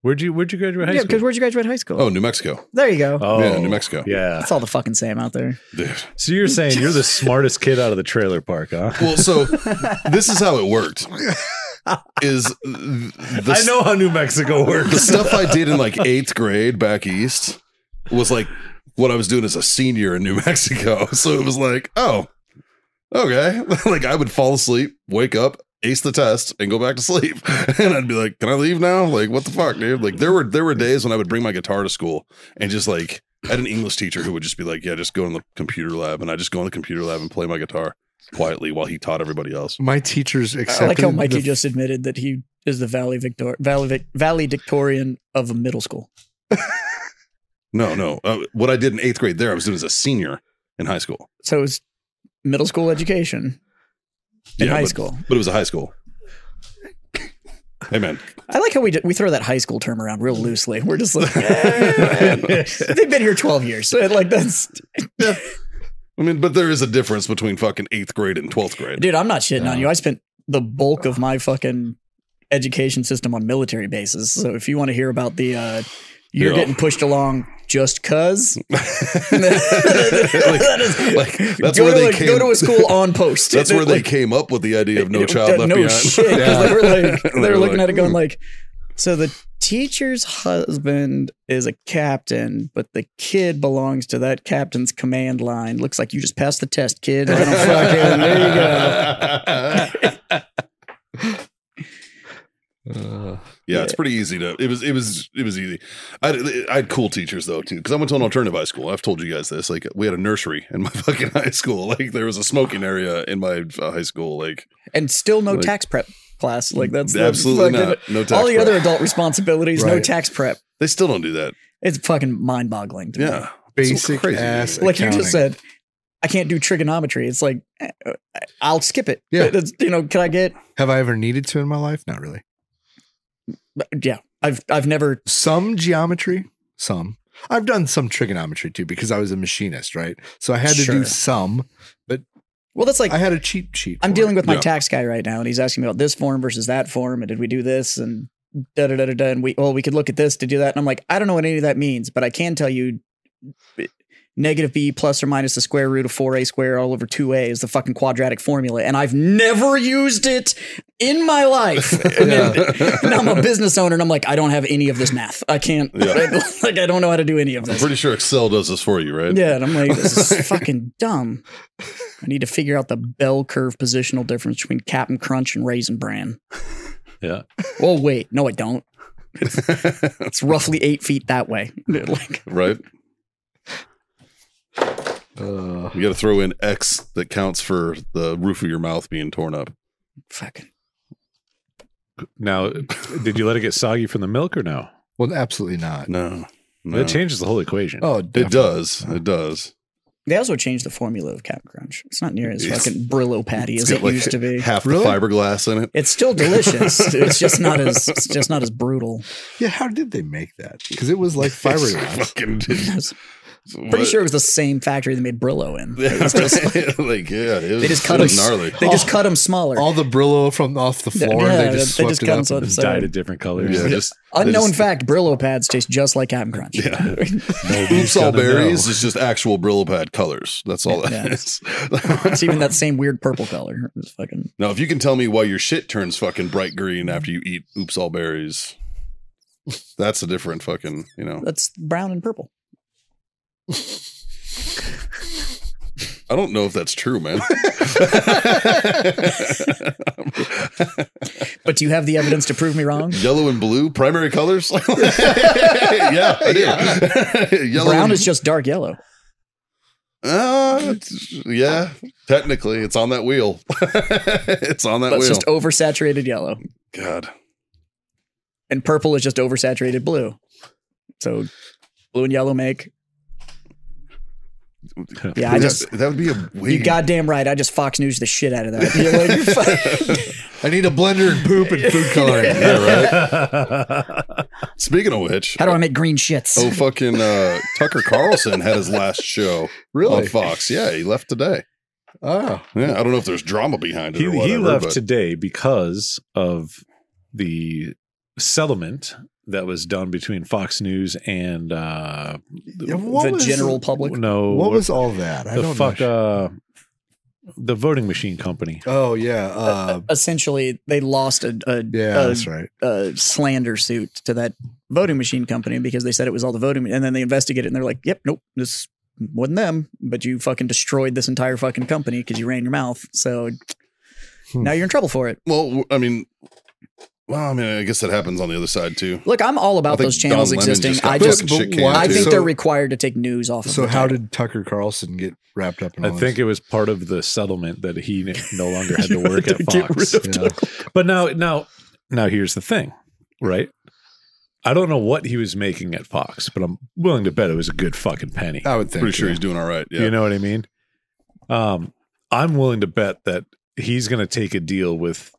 Where'd you Where'd you graduate high
yeah, because
school?
where'd you graduate high school?
Oh, New Mexico.
There you go.
Oh,
Yeah, New Mexico.
Yeah.
That's all the fucking same out there.
Dude.
So you're saying you're the smartest kid out of the trailer park, huh?
Well, so this is how it worked. Is th- the,
I know how New Mexico
the
works.
stuff I did in like eighth grade back east was like what I was doing as a senior in New Mexico. So it was like, oh, okay. like I would fall asleep, wake up, ace the test, and go back to sleep. And I'd be like, can I leave now? Like, what the fuck, dude? Like there were there were days when I would bring my guitar to school and just like I had an English teacher who would just be like, yeah, just go in the computer lab, and I just go in the computer lab and play my guitar quietly while he taught everybody else.
My teachers
I
accepted.
like how Mikey
the-
just admitted that he is the Valley Victor Valley Vic- valedictorian of a middle school.
No, no. Uh, what I did in eighth grade there, I was doing as a senior in high school.
So it's middle school education in
Yeah,
high
but-
school.
but it was a high school. Hey man,
I like how we d- we throw that high school term around real loosely. We're just like they've been here twelve years. So like that's
I mean, but there is a difference between fucking eighth grade and twelfth grade.
dude. I'm not shitting on you. I spent the bulk of my fucking education system on military bases. So if you want to hear about the uh, you're
Yeah.
getting pushed along just cause,
like, like, that's
go
where
to
they
a,
came.
go to a school on post.
that's where they
Like,
came up with the idea of no
it-
child
that-
left
no
behind.
shit. 'cause
Yeah.
They were like, they
They
were
were
looking
like,
at it going
"Hmm."
like, so the teacher's husband is a captain, but the kid belongs to that captain's command line. Looks like you just passed the test, kid. I don't fucking- there you go.
Yeah, it's pretty easy to. It was. It was. It was easy. I, I had cool teachers though too, because I went to an alternative high school. I've told you guys this. Like we had a nursery in my fucking high school. Like there was a smoking area in my uh, high school. Like
And still no
Like-
tax prep class. Like that's the
absolutely
fucking-
not. No tax
all the
prep.
other adult responsibilities, no
Right.
tax prep.
They still don't do that.
It's fucking mind boggling to me.
Yeah.
Basic
crazy.
ass.
Yeah.
Like you just
accounting.
said, I can't do trigonometry. It's like eh, uh, I'll skip it.
Yeah.
It's- you know, can I get?
Have I ever needed to in my life? Not really.
Yeah, I've I've never.
Some geometry, some. I've done some trigonometry too because I was a machinist, right? So I had to
Sure.
do some.
Well, that's like
I had a cheat sheet.
I'm
for
dealing with my
Yeah.
tax guy right now, and he's asking me about this form versus that form, and did we do this and da da da da da. And we well, we could look at this to do that, and I'm like, I don't know what any of that means, but I can tell you, b- negative b plus or minus the square root of four a squared all over two a is the fucking quadratic formula, and I've never used it in my life. And then- and I'm a business owner, and I'm like, I don't have any of this math. I can't.
Yeah.
like, I don't know how to do any of
I'm
this.
pretty sure Excel does this for you, right?
Yeah, and I'm like, this is fucking dumb. I need to figure out the bell curve positional difference between Captain Crunch and Raisin Bran.
Yeah.
Oh wait, no, I don't. It's roughly eight feet that way. like,
right?
Uh,
You got to throw in X that counts for the roof of your mouth being torn up.
fucking.
Now, did you let it get soggy from the milk or no?
well, absolutely not.
No. no.
That changes the whole equation.
Oh,
It
definitely.
does. It does.
They also changed the formula of Captain Crunch. It's not near as
It's-
fucking Brillo patty
It's
as
got,
it
like,
used to be.
Half
Really?
the fiberglass in it.
It's still delicious. it's just not as it's just not as brutal.
Yeah, how did they make that? Because it was like
It's
fiberglass.
fucking-
I was pretty sure it was the same factory they made Brillo in. It was just-
like, yeah, it was,
they just cut
it
them.
was gnarly.
They just cut them smaller.
All the Brillo from off the floor,
Yeah,
they just
they
swept
just
it
cut
up.
them so-
and-
It's dyed a different color.
Yeah, just- they
Unknown
just-
fact: Brillo pads taste just like Captain Crunch.
Yeah. Oops,
Nobody's
all
gonna
berries
know.
is just actual Brillo pad colors. That's all that
Yeah.
is.
It's even that same weird purple color. It's fucking
now, if you can tell me why your shit turns fucking bright green after you eat oops all berries, that's a different fucking, you know.
that's brown and purple.
I don't know if that's true, man.
But do you have the evidence to prove me wrong?
Yellow and blue, primary colors. yeah, I do. Yellow
brown
and-
is just dark yellow.
Uh, it's- yeah, technically, it's on that wheel. it's on that
That's
wheel.
just oversaturated yellow.
God,
And purple is just oversaturated blue. So blue and yellow make. Yeah, I
That-
just
that would be a
you
weird.
goddamn right. I just Fox News the shit out of that. You're like, fuck.
I need a blender and poop and food coloring.
Speaking of which,
How do I make green shits?
oh fucking uh, Tucker Carlson had his last show on
Really?
Fox. Yeah, he left today.
Oh,
Yeah, I don't know if there's drama behind it.
he,
or
he
whatever,
left
but-
today because of the settlement that was done between Fox News and uh,
Yeah, what
the
was-
general public.
no,
what was all that? I
the
don't
fuck?
know.
Uh, the voting machine company.
oh yeah, uh,
Essentially, they lost a, a,
yeah,
a
that's right.
uh, slander suit to that voting machine company because they said it was all the voting, and then they investigate it and they're like, "Yep, nope, this wasn't them." But you fucking destroyed this entire fucking company because you ran your mouth. So
Hmm.
now you're in trouble for it.
Well, w- I mean, well, I mean, I guess that happens on the other side too.
Look, I'm all
I
about
think
those channels
Don Lemon
existing.
got
I just,
fucking
but
shit canned,
why-
I
too.
think
So-
they're required to take news off. of
So
the
how
title.
did Tucker Carlson get wrapped up in?
I
all
think
this?
it was part of the settlement that he n- no longer had to
You had
work
to
at
get rid
Fox.
of
Yeah.
But now, now, now, here's the thing, right? I don't know what he was making at Fox, but I'm willing to bet it was a good fucking penny.
Oh,
I would think.
Pretty sure
yeah.
he's doing all right. Yeah,
You know what I mean? Um, I'm willing to bet that he's going to take a deal with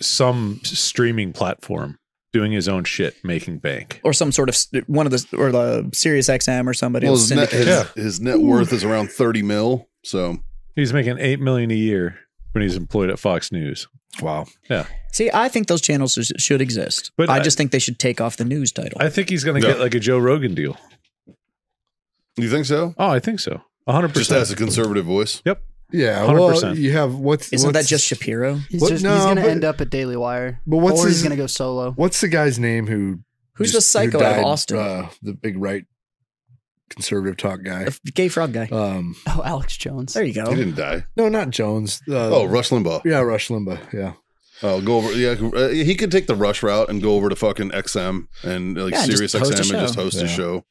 some streaming platform doing his own shit, making bank.
or some sort of s- one of the or the Sirius XM or somebody
well,
else
his net,
syndicate.
his,
Yeah.
his net worth is around thirty mil. So
He's making eight million a year when he's employed at Fox News.
Wow.
See, I think those channels sh- should exist.
But
I,
I-
just think they should take off the news title.
I think he's going to
Yeah.
get like a Joe Rogan deal.
you think so?
Oh, I think so. 100%.
Just as a conservative voice.
Yeah.
100%.
Well, you have what's
Isn't that
what's-
just Shapiro?
He's
What-
just
no,
he's gonna
but-
end up at Daily Wire.
But what's
or
his-
he's gonna go solo.
What's the guy's name who?
Who's
just-
the
who
psycho out of
died,
Austin?
Uh, the big right conservative talk guy.
The gay frog guy.
Um,
Oh, Alex Jones.
there you go.
He didn't die.
no, not Jones. Uh,
Oh, Rush Limbaugh.
yeah, Rush Limbaugh. Yeah.
Oh, go over. Yeah, uh, he could take the rush route and go over to fucking XM and like
Yeah, and
Sirius
just host a
XM and
show.
just host a
Yeah.
show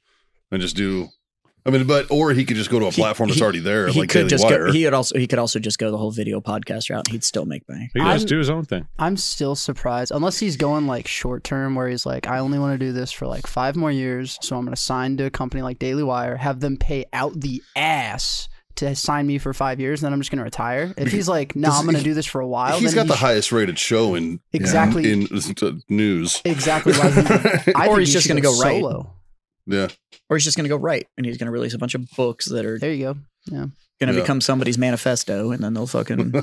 and just do. I mean, but or he could just go to a
He-
platform that's
he-
already there,
he
like
could
Daily
just
Wire.
go, he could also he could also just go the whole video podcast route. and He'd still make money.
He does
I'm-
do his own thing.
I'm still surprised, unless he's going like short term, where he's like, I only want to do this for like five more years, so I'm going to sign to a company like Daily Wire, have them pay out the ass to sign me for five years, then I'm just going to retire. If he's like, no,
Because
I'm going to
he-
do this for a while,
He's got
then
the
he-
highest rated show in
exactly
in uh, news.
exactly why he, I
Or
think
he's
he
just
should
gonna go right.
solo.
yeah,
Or he's just going to go write, and he's going to release a bunch of books that are
There you go.
going to
Yeah.
become somebody's manifesto, and then they'll fucking.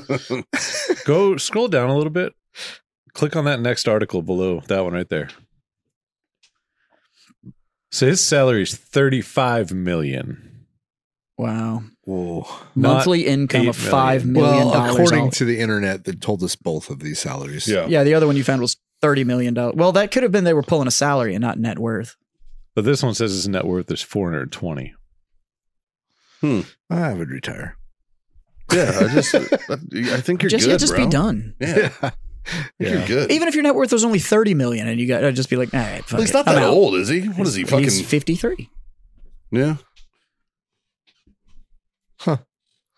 Go scroll down a little bit. Click on that next article below that one right there. So his salary is thirty-five million.
Wow.
Whoa.
Not
Monthly income
eight
of five million
Well,
dollars.
according
all-
to the internet, that told us both of these salaries.
yeah.
yeah, the other one you found was thirty million dollars. Well, that could have been they were pulling a salary and not net worth.
But this one says his net worth is four hundred twenty.
I would retire.
Yeah, I just, I think you're
just
good,
yeah, just
bro.
be done.
Yeah, I think
Yeah.
you're good.
Even if your net worth was only thirty million, and you got, I'd just be like, all right,
Well,
fuck
he's
it,
not
I'm
that
out."
old, is he? What is he
He's-
fucking?
He's fifty-three.
yeah.
Huh.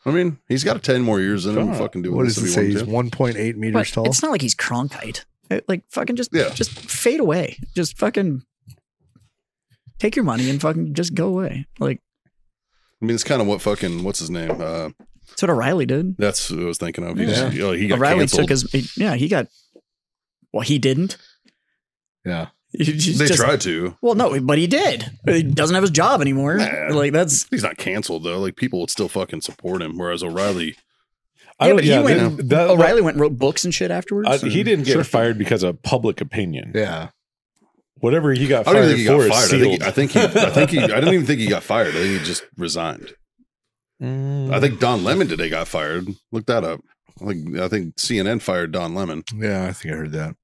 I mean, he's got ten more years in him.
God.
Fucking do
What
this
does it
if
say?
he
He's
wants
1.8
But
meters tall.
it's not like he's Cronkite. It- Like fucking just
Yeah.
just fade away. Just fucking take your money and fucking just go away. Like
to. I mean, it's kind of what fucking what's his name? Uh,
that's what O'Reilly did.
that's what I was thinking of. He, just,
Yeah.
oh, he got
O'Reilly
canceled.
took his he- yeah. He got well. He didn't.
yeah.
He just-
they
just-
tried to.
Well, no, but he did. He doesn't have his job anymore.
Nah.
Like that's
He's not canceled though. Like people would still fucking support him. Whereas O'Reilly,
Yeah, but he went-
that- that-
O'Reilly went and wrote books and shit afterwards.
I- he didn't get
Sure.
fired because of public opinion.
Yeah.
Whatever he got
I don't
fired
even think he
for
got
is
fired. I
sealed.
think, I think he, I think he, I don't even think he got fired. I think he just resigned.
Mm.
I think Don Lemon today got fired. Look that up. I think I think CNN fired Don Lemon.
Yeah. I think I heard that.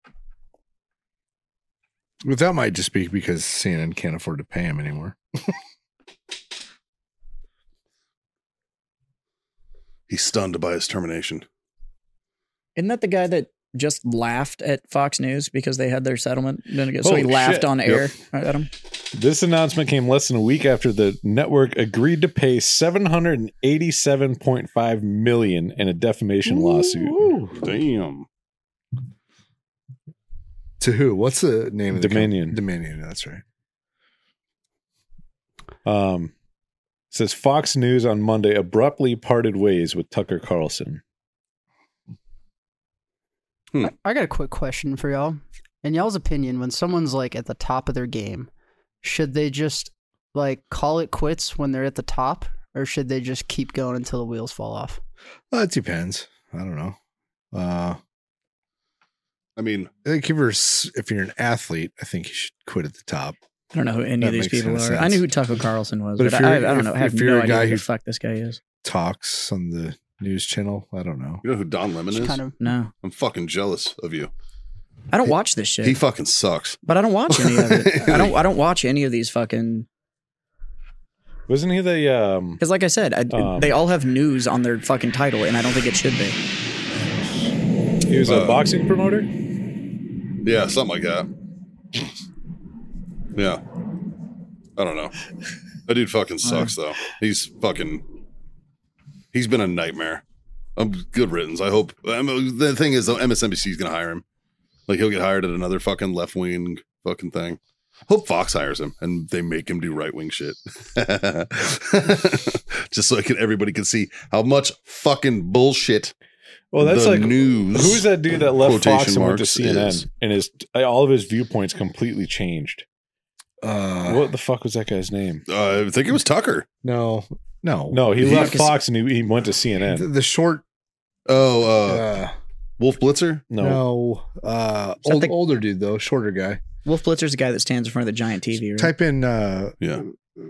But that might just be because CNN can't afford to pay him anymore.
He's stunned by his termination.
Isn't that the guy that just laughed at Fox News because they had their settlement? Then again- So he
Holy
laughed
shit.
on
Yep.
air at him.
This announcement came less than a week after the network agreed to pay 787.5 million in a defamation lawsuit.
Damn.
To who? What's the name of the
Dominion.
com- Dominion. That's right.
Um it says Fox News on Monday abruptly parted ways with Tucker Carlson.
I got a quick question for y'all. In y'all's opinion, when someone's like at the top of their game, should they just like call it quits when they're at the top, or should they just keep going until the wheels fall off?
Well, it depends. I don't know. Uh,
I mean,
I think if you're s- if you're an athlete, I think you should quit at the top.
I don't know who any
That
of these
makes
people are.
any
I
sense.
knew who Tucker Carlson was,
But
but,
if
I, I
you're-
don't
if-
know. I have
if you're
no
a
idea
guy
who
who-
the fuck this guy is.
Talks on the news channel. I don't know.
you know who Don Lemon
Just
is?
kind of
No,
I'm fucking jealous of you.
I don't watch this shit.
He fucking sucks.
but I don't watch any of it. I don't. I don't watch any of these fucking.
Wasn't he the um
Because, like I said, I,
Um.
they all have news on their fucking title, and I don't think it should be.
he was a
Uh,
boxing promoter?
Yeah, something like that. Yeah. I don't know. That dude fucking sucks though. He's fucking he's been a nightmare. I'm good riddance. I hope um, the thing is though, MSNBC is gonna hire him. Like he'll get hired at another fucking left wing fucking thing. Hope Fox hires him and they make him do right wing shit. Just so I can, everybody can see how much fucking bullshit
Well, that's
the
like
news.
Who's that dude that left Fox
quotation
and went to
marks
CNN
is.
and his all of his viewpoints completely changed?
Uh,
what the fuck was that guy's name?
Uh, I think it was Tucker.
No, no,
No, he
Yeah,
left
'cause-
Fox and he, he went to
The,
CNN.
the short.
Oh, uh,
Uh,
Wolf Blitzer?
No,
no, uh,
that
old,
the-
older dude though, shorter guy.
Wolf Blitzer's the guy that stands in front of the giant TV. Right?
Type in uh,
Yeah.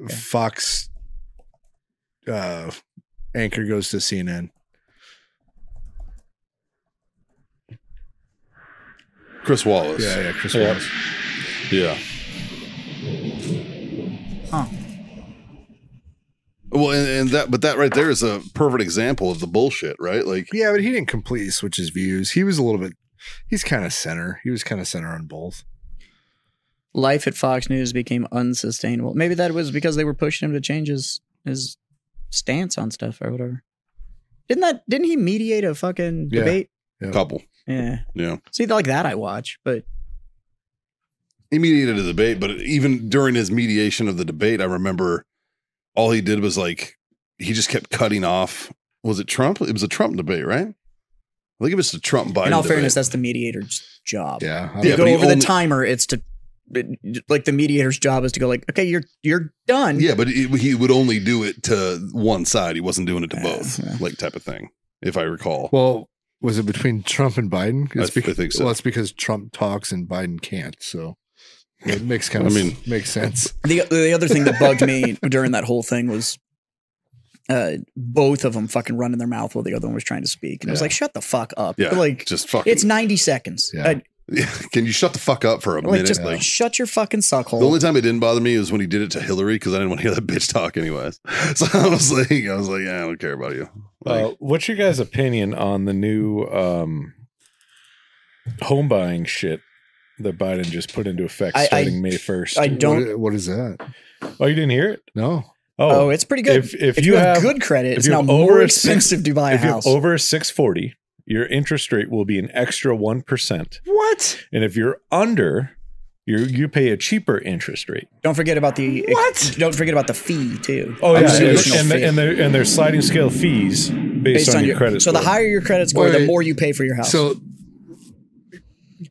Fox uh, anchor goes to CNN.
Chris Wallace.
Yeah, yeah, Chris
Yeah.
Wallace.
Yeah.
Huh.
Well, and, and that, but that right there is a perfect example of the bullshit, right? Like,
Yeah, but he didn't completely switch his views. He was a little bit. He's kind of center. He was kind of center on both.
life at Fox News became unsustainable. Maybe that was because they were pushing him to change his his stance on stuff or whatever. Didn't that? Didn't he mediate a fucking
Yeah.
debate?
Couple.
Yeah.
Yeah.
See, like that I watch, but
He mediated a debate, but even during his mediation of the debate, I remember all he did was like he just kept cutting off. Was it Trump? It was a Trump debate, right? I think it was the Trump Biden.
in all
debate.
fairness, that's the mediator's job.
Yeah. I
Yeah,
You
don't-
go
but he
over the
only-
timer. It's to it- like the mediator's job is to go like, okay, you're you're done.
Yeah, but it, he would only do it to one side. He wasn't doing it to
Yeah,
both,
yeah.
like type of thing, if I recall.
Well, was it between Trump and Biden?
I-
It's
I think so.
Well, it's because Trump talks and Biden can't. So it makes kind
I
of.
mean-
makes sense.
The the other thing that bugged me during that whole thing was. Uh, both of them fucking running their mouth while the other one was trying to speak, and I was
Yeah.
like, "Shut the fuck up!"
yeah,
like
just fucking.
it's ninety seconds.
Yeah.
Uh,
Can you shut the fuck up for a
like
minute?
just
like,
shut your fucking suck hole.
the only time it didn't bother me was when he did it to Hillary because I didn't want to hear that bitch talk anyways. So I was like, I was like, yeah, I don't care about you. Like,
Uh, what's your guys' opinion on the new um, home buying shit that Biden just put into effect
I- I-
starting May first?
I don't.
What- what is that?
oh, you didn't hear it?
No.
Oh, it's pretty good.
If, if,
If
you, have,
good credit,
if
it's
you
now
have
more
over a six-
expensive to buy a
if you have
house.
over six forty, your interest rate will be an extra one percent,
what?
and if you're under, you you pay a cheaper interest rate.
Don't forget about the what? Don't forget about the fee too.
Oh yeah,
Just
and,
additional
and,
fee.
the, and, their, and their sliding scale fees based,
based
on, your credit.
So the
score.
higher your credit score, the
Wait.
more you pay for your house. So,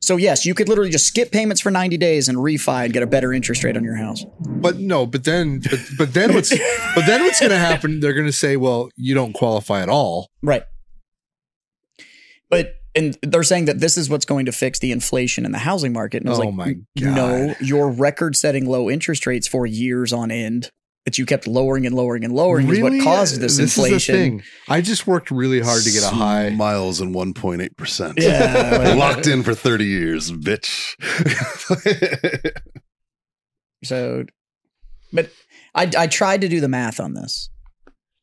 So
yes, you could literally just skip payments for ninety days and refi and get a better interest rate on your house.
But no, but then, but, but then what's, but then what's going to happen? They're going to say, well, you don't qualify at all.
Right. But and they're saying that this is what's going to fix the inflation in the housing market. And I was
Oh
like,
my God.
no, your record-setting low interest rates for years on end that you kept lowering and lowering and lowering is what caused this,
is the
inflation.
thing. I just worked really hard to get a high.
miles and one point eight percent.
Yeah, like-
locked in for thirty years, bitch.
So, but I I tried to do the math on this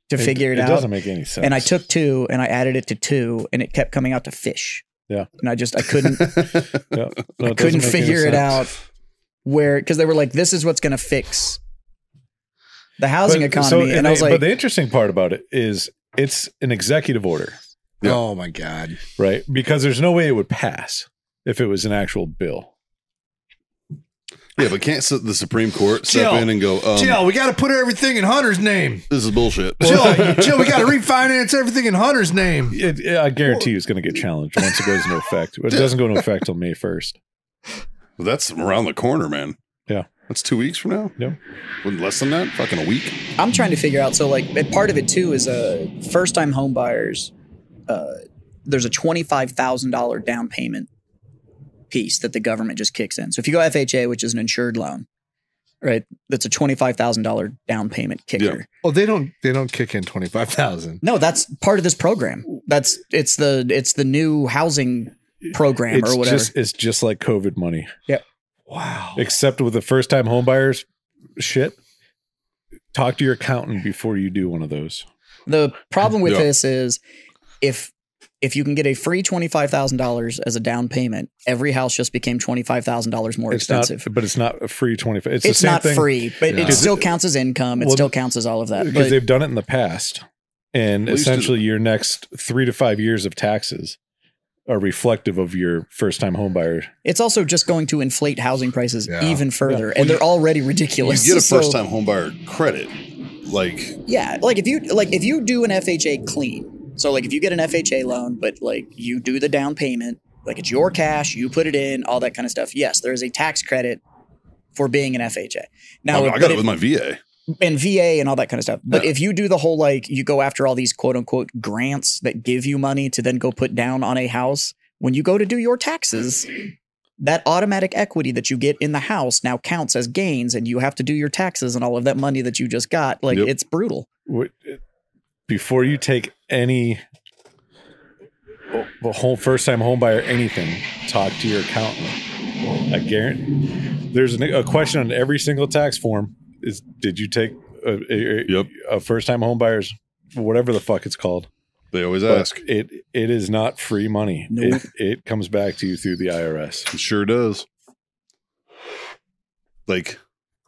to figure it,
It
out,
doesn't make any sense.
and I took two and I added it to two, and it kept coming out to fish.
Yeah.
and I just I couldn't
Yeah. No, it doesn't
couldn't
make any
figure it
sense.
out where because they were like, this is what's going to fix the housing
But-
economy,
so-
and, I was
they-
like,
but the interesting part about it is it's an executive order,
Yeah.
Oh my god!
right? Because there's no way it would pass if it was an actual bill.
yeah, but can't s- the Supreme Court step
Jill.
in and go, um,
we got to put everything in Hunter's name.
"This is bullshit."
Jill, we got to refinance everything in Hunter's name.
It, it- I guarantee you it's going to get challenged once it goes into effect. It doesn't go into effect till May 1st.
Well, that's around the corner, man.
Yeah.
That's two weeks from now.
Yeah.
Wouldn't Less than that, fucking a week.
I'm trying to figure out. So, like, and part of it too is uh, first time home buyers. Uh, there's a twenty five thousand dollar down payment piece that the government just kicks in. So if you go FHA, which is an insured loan, right, that's a twenty five thousand dollar down payment kicker.
Yeah.
Oh, they don't. They don't kick in twenty five thousand.
No, that's part of this program. That's it's the it's the new housing program
It's
or whatever.
just, it's just like COVID money,
Wow.
except with the first time homebuyers shit. Talk to your accountant before you do one of those.
The problem with
Yeah.
this is if if you can get a free twenty five thousand dollars as a down payment, every house just became twenty five thousand dollars more
it's
expensive.
not, but it's not a free 25. It's,
It's,
the same
not
thing.
free, but
Yeah.
it still counts as income. It
Well,
still counts as all of that.
because
But
they've done it in the past, and
At least it-
essentially your next three to five years of taxes are reflective of your first-time homebuyer.
it's also just going to inflate housing prices
Yeah.
even further,
Well,
and they're already ridiculous.
you get a
So,
first time homebuyer credit. Like,
Yeah, like if you like if you do an FHA clean, so like if you get an FHA loan, but like you do the down payment, like it's your cash, you put it in, all that kind of stuff. Yes, there is a tax credit for being an FHA. Now,
I, I
but
got it
if-
with my VA.
and VA and all that kind of stuff. But
Yeah.
if you do the whole like you go after all these quote unquote grants that give you money to then go put down on a house, when you go to do your taxes, that automatic equity that you get in the house now counts as gains and you have to do your taxes and all of that money that you just got. Like
Yep.
it's brutal.
What- Before you take any the whole first-time homebuyer anything, talk to your accountant. I guarantee. There's an, a question on every single tax form: Is did you take a, a,
Yep.
a first-time homebuyer's whatever the fuck it's called?
They always
But
ask.
It it is not free money.
Nope.
It, it comes back to you through the IRS.
It sure does. Like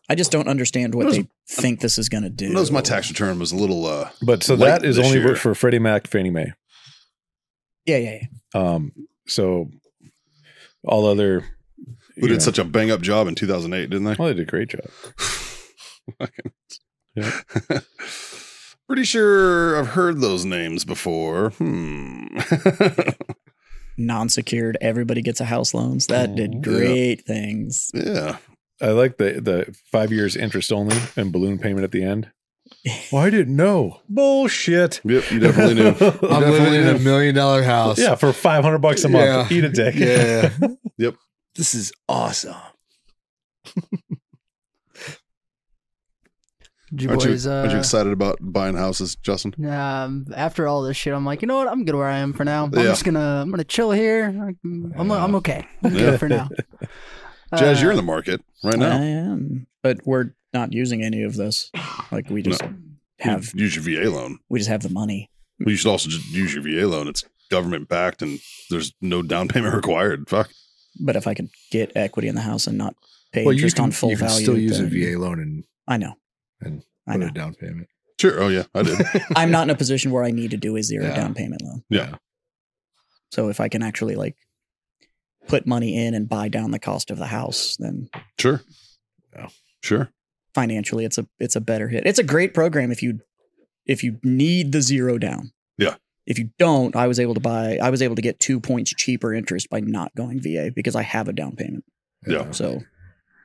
I just don't understand what
Those-
they think this is going to do.
I noticed my tax return was a little uh
But so
Like
that is
this
only
year.
for Freddie Mac, Fannie Mae.
Yeah, yeah, yeah.
Um, so all other.
who
you know-
did such a bang up job in 2008, didn't they?
Well, they did a great job.
Pretty sure I've heard those names before. Hmm.
Non-secured, everybody gets a house loans. That
Mhm.
did great things.
yeah.
I like the the five years interest only and balloon payment at the end.
Oh,
Well, I didn't know. Bullshit.
Yep. You definitely knew. You
I'm
definitely
living in a
knew.
million dollar house.
Yeah, for five hundred bucks a month,
Yeah.
eat a dick.
Yeah.
Yep.
This is awesome.
Did you
Aren't
boys,
you,
uh,
aren't you excited about buying houses, Justin?
Um, after all this shit, I'm like, you know what? I'm good where I am for now. I'm
Yeah.
just gonna, I'm gonna chill here. I'm, I'm, I'm okay. I'm
Yeah.
good for now.
Jazz, you're in
Uh,
the market right
I
now.
am, but we're not using any of this. Like we just have,
use your VA loan.
we just have the money.
Well, you should also just use your VA loan. It's government backed and there's no down payment required. Fuck.
But if I could get equity in the house and not pay
Well, you
interest
can,
on full
you can
value,
still use a
then-
VA loan and
I know.
And
I
put
know.
a down payment.
Sure. Oh yeah, I did.
I'm not in a position where I need to do a zero
Yeah.
down payment loan.
Yeah.
So if I can actually like put money in and buy down the cost of the house, then
sure.
Yeah.
Sure.
financially it's a it's a better hit. It's a great program if you if you need the zero down.
Yeah.
If you don't, I was able to buy I was able to get 2 points cheaper interest by not going VA because I have a down payment.
Yeah.
So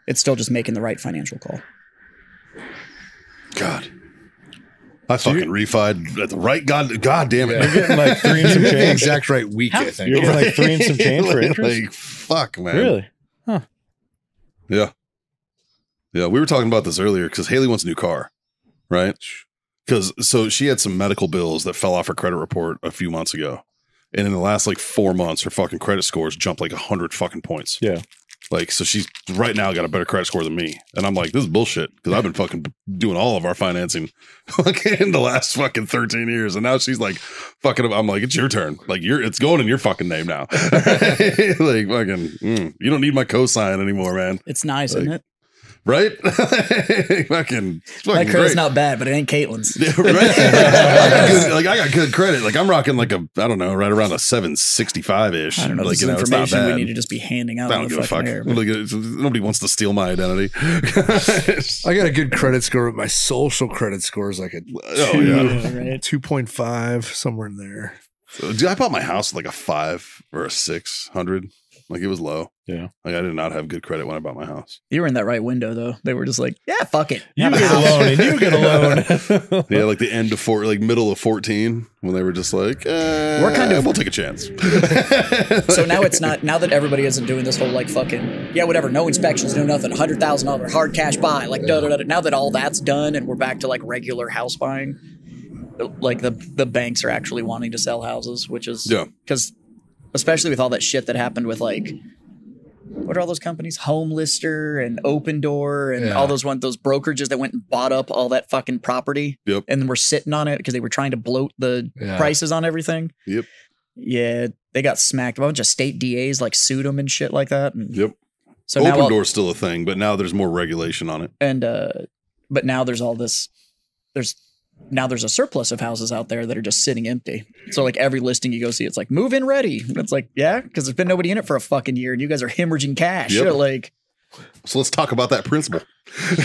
it's still just making the right financial call.
God. I fucking refied at the right god god damn it.
Yeah.
You're getting like three and some
You're the
change.
exact right week, I think.
You're getting like three and some change for
Like-
interest.
Like fuck, man.
Really?
Yeah. Yeah, we were talking about this earlier because Haley wants a new car, right? Because so she had some medical bills that fell off her credit report a few months ago, and in the last like four months, her fucking credit scores jumped like hundred fucking points.
Yeah.
like so she's right now got a better credit score than me, and I'm like, this is bullshit because I've been fucking doing all of our financing fucking in the last fucking thirteen years, and now she's like, fucking, I'm like, it's your turn, like you're, it's going in your fucking name now, like fucking, mm, you don't need my cosign anymore, man
It's nice, isn't it?
right? fucking, fucking
My credit's
great.
not bad, but it ain't Caitlin's.
Yeah, right? I got good, like I got good credit. Like I'm rocking like a I don't know, right around a seven sixty five ish.
I don't know.
Like
this is
it's not
information we
bad.
need to just be handing out.
I don't give a fuck.
But
Like, it's- nobody wants to steal my identity. Oh,
I got a good credit score, but my social credit score is like a
oh yeah,
right.
2.5, somewhere in there.
dude! I bought my house with like a five or a six hundred. Like it was low.
Yeah.
Like I did not have good credit when I bought my house.
You were in that right window though. They were just like, yeah, fuck it.
You
Have a
get a
house.
loan and you get a loan.
Yeah, like the end of four, like middle of fourteen, when they were just like, uh,
We're kind of-
we'll take a chance.
So now it's not now that everybody isn't doing this whole like fucking yeah whatever no inspections no nothing hundred thousand dollar hard cash buy like da da da. da. Now that all that's done and we're back to like regular house buying, like the the banks are actually wanting to sell houses, which is
Yeah.
because especially with all that shit that happened with like what are all those companies Homelister and Open Door and
Yeah.
all those one those brokerages that went and bought up all that fucking property
Yep.
and then were sitting on it because they were trying to bloat the
Yeah.
prices on everything.
Yep.
Yeah, they got smacked. A bunch of state DAs like sued them and shit like that. And
Yep.
So
Open
now, all-
door's still a thing, but now there's more regulation on it.
and uh, but now there's all this. There's now there's a surplus of houses out there that are just sitting empty. So like every listing you go see, it's like move in ready. And it's like yeah, because there's been nobody in it for a fucking year, and you guys are hemorrhaging cash.
Yep.
You're like
So let's talk about that principle.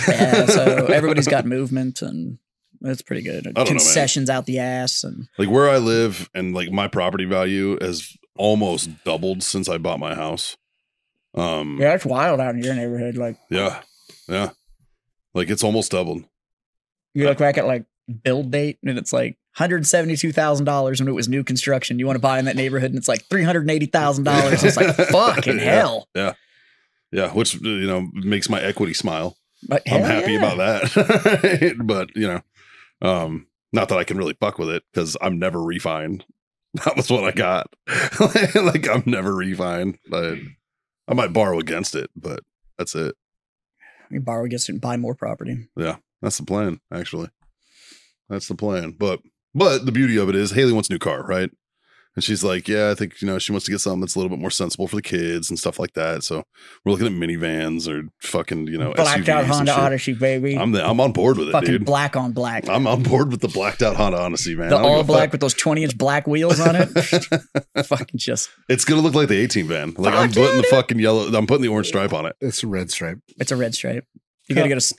yeah. So everybody's got movement and. That's pretty good.
know, man.
Concessions out the ass, and
Like where I live and like my property value has almost doubled since I bought my house. Um yeah.
yeah, it's wild out in your neighborhood. Like
Yeah. Like it's almost doubled.
You look back at like build date and it's like $172,000 when it was new construction. You want to buy in that neighborhood and it's like $380,000. It's like fucking
Yeah.
hell.
Yeah, which you know makes my equity smile.
But
I'm
hell
happy
yeah.
about that. but, you know, um not that I can really fuck with it cuz I'm never refined. That was what I got. like I'm never refined. I, I might borrow against it, but that's it.
You borrow against it and buy more property.
That's the plan, actually. That's the plan. But but the beauty of it is Haley wants a new car, right? And she's like, yeah, I think, you know, she wants to get something that's a little bit more sensible for the kids and stuff like that. So we're looking at minivans or fucking, you know,
blacked
SUVs
out
and
Honda
shit.
Odyssey, baby.
I'm, the, I'm on board with it,
Fucking
dude.
black on black.
I'm on board with the blacked out Honda, honestly, man.
the
I don't give
all
a
black
fuck.
with those 20 inch black wheels on it. Fucking just,
It's going to look like the 18 van. Like, I'm
Fuck
putting
yeah,
the fucking yellow, I'm putting the orange stripe on it.
It's a red stripe.
it's a red stripe. You gotta get a, s-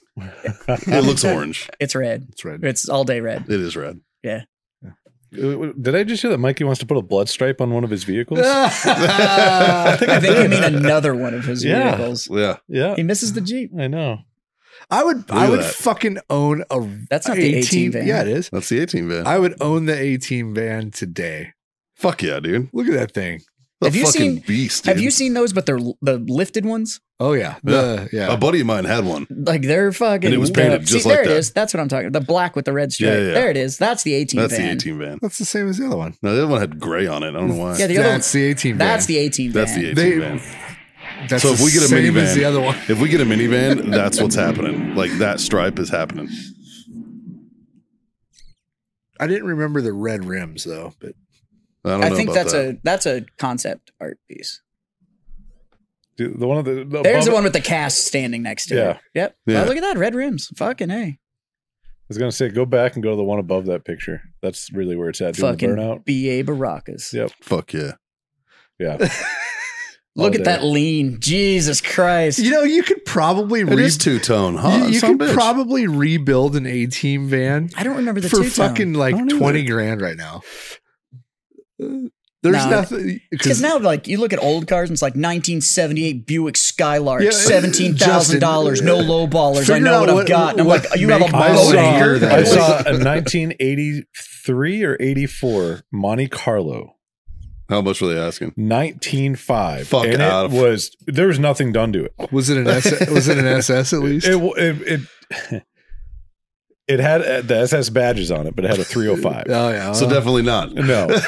It looks orange.
it's red.
It's red.
It's all day red.
It is red.
Did I just hear that Mikey wants to put a blood stripe on one of his vehicles?
I think, I think you mean another one of his
Yeah.
vehicles.
Yeah.
Yeah,
He misses the Jeep.
I know.
I would I
at
would
that.
fucking own a
That's not
a
the 18 van.
Yeah, it is.
That's the 18 van.
I would own the 18 van today.
Fuck yeah, dude.
Look at that thing.
The
Have you
fucking
seen-
beast.
Have
dude.
you seen those, but they're l- the lifted ones?
Oh yeah. The, yeah.
A buddy of mine had one.
Like they're fucking.
And it was
uh,
painted just
see,
like
there
that.
it is. That's what I'm talking. The black with the red stripe.
Yeah, yeah, yeah.
There it is. That's the 18
That's
van.
the 18 van.
That's the same as the other one.
No, the other one had gray on it. I don't know why.
Yeah, the other one-
That's the 18 van.
That's the 18 van.
That's the 18
They-
van.
That's
so
the
if we get a
same as
minivan-
the other one.
If we get a minivan, that's what's happening. Like that stripe is happening.
I didn't remember the red rims though, but
I don't
I,
know
think
about
that's
that.
a that's a concept art piece.
Dude, the one of the, the
There's
above-
the one with the cast standing next to
Yeah.
it. Yep.
Yeah.
Oh, look at that red rims. Fucking hey.
I was gonna say, go back and go to the one above that picture. That's really where it's at. Doing the
Fucking
burnout.
BA Baracas.
Yeah.
fuck yeah.
Yeah.
Look
All
at
day.
that lean. Jesus Christ.
you know, you could probably
It
re-
is two tone, huh?
you, you
Son
could
of a bitch.
probably rebuild an 18 van
I don't remember the
for
two
fucking
I
like
don't
20 grand right now. Uh, There's
No,
nothing
Because now, like, you look at old cars and it's like 1978 Buick Skylark,
Yeah,
$17,000, no
Justin,
low ballers. I
figure
know
out
what,
what-
I've got. And I'm
what
like, you have a
make model Oh,
I
and
boat
saw,
year that
I
is.
saw a 1983 or 84 Monte Carlo,
How much were they asking?
195.
Fuck
and
out
it
of-
was there was nothing done to it.
was it an SS, was it an SS at least?
It w- it it, it had uh, the SS badges on it, but it had a 305.
Oh yeah.
so definitely not.
No, but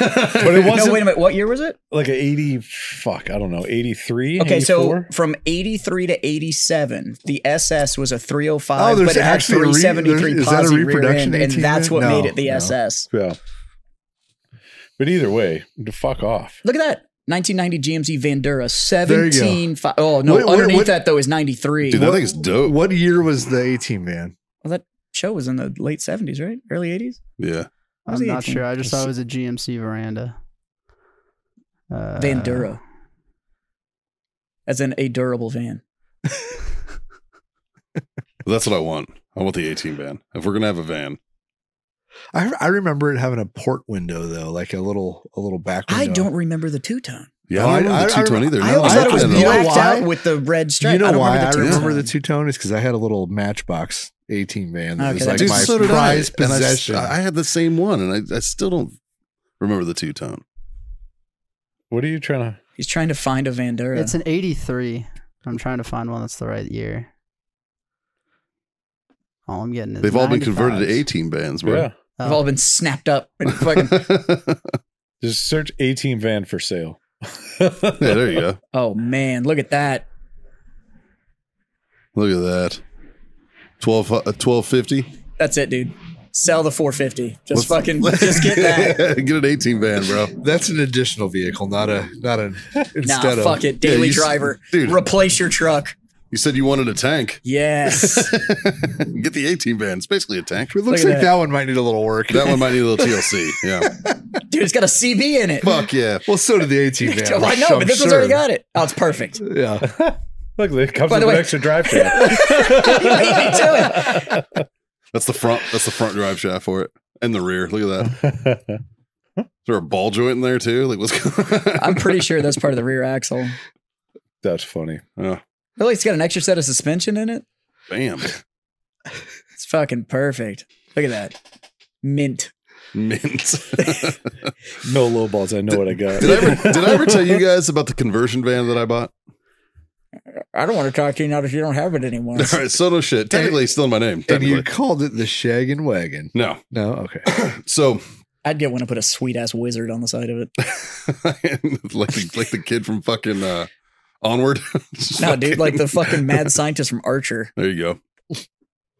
it
No,
wasn't
wait a minute. What year was it?
like a 80. Fuck, I don't know, 83.
Okay,
84?
so from 83 to 87, the SS was a 305,
Oh, there's
but it had
actually a re-
373
there's- is that a
posi
reproduction
rear end, and
18
that's what
there?
made
No,
it the
no.
SS.
yeah. But either way, d- fuck off.
Look at that. 1990 GMC Vandura,
There you go.
17. Fi- oh, no,
Wait, wait,
underneath
what-
that, though, is 93.
Dude, that thing's dope.
What year was the 18 van?
well, that show was in the late 70s, right? Early 80s?
Yeah.
was
I'm
the
not
18?
sure. I just thought it was a GMC Veranda. Uh,
Vandura. As in a durable van.
That's what I want. I want the 18 van. If we're gonna have a van.
I I remember it having a port window though, like a little a little back window.
I don't remember the two tone.
Yeah,
No,
Oh, I don't remember the
I-
two
I-
tone
I-
either.
I
No,
always
I
thought
thought it was
You
don't
know
know.
blacked
why?
out with the red stripe.
You know
I don't
why I
remember the two
remember
tone.
the two tone is because I had a little Matchbox 18 van that
Okay,
was
that
like
makes
my
sense.
so did I.
prized
And I s-
possession.
I, had the same one, and I, I still don't remember the two tone.
What are you trying to?
He's trying to find a Vandura.
It's an 83. I'm trying to find one that's the right year. All I'm getting is Oh,
They've all been
95s.
converted to 18 bands, bro.
Yeah,
They've all been snapped up and fucking.
just search 18 van for sale.
yeah, there you go.
oh man, look at that.
Look at that. 12, uh, 1250.
That's it, dude. Sell the 450. Just
Let's-
fucking, just get that.
get an 18 van, bro.
That's an additional vehicle, not a not an
Nah,
instead of.
fuck it. Daily
you s-
driver.
dude.
Replace your truck.
You said you wanted a tank.
Yes.
get the 18 van. It's basically a tank.
It looks
Look at
like that.
that.
one might need a little work.
That one might need a little TLC. Yeah.
dude, it's got a CB in it.
Fuck yeah.
well, so did the 18 van.
Well, I know,
I'm
but this one's
sure.
already got it. Oh, it's perfect. Beat
Yeah,
Look, it comes
By
with
the
an
way-
extra drive shaft.
me to it.
That's the front. That's the front drive shaft for it. And the rear. Look at that. Is there a ball joint in there too? Like what's going
I'm pretty sure that's part of the rear axle.
That's funny.
Oh,
Really, it's got an extra set of suspension in it.
bam.
It's fucking perfect. Look at that. Mint.
Mint.
No low balls. I know what I got.
Did I, ever, did I ever tell you guys about the conversion van that I bought?
I don't want to talk to you now if you don't have it anymore.
All right, so no shit. Technically, it's still in my name.
and you
Technically,
called it the Shag and Wagon.
no.
No, okay.
So
I'd get one to put a sweet ass wizard on the side of it.
like the, like the kid from fucking uh, Onward. Just
No, dude,
fucking-
like the fucking mad scientist from Archer.
There you go.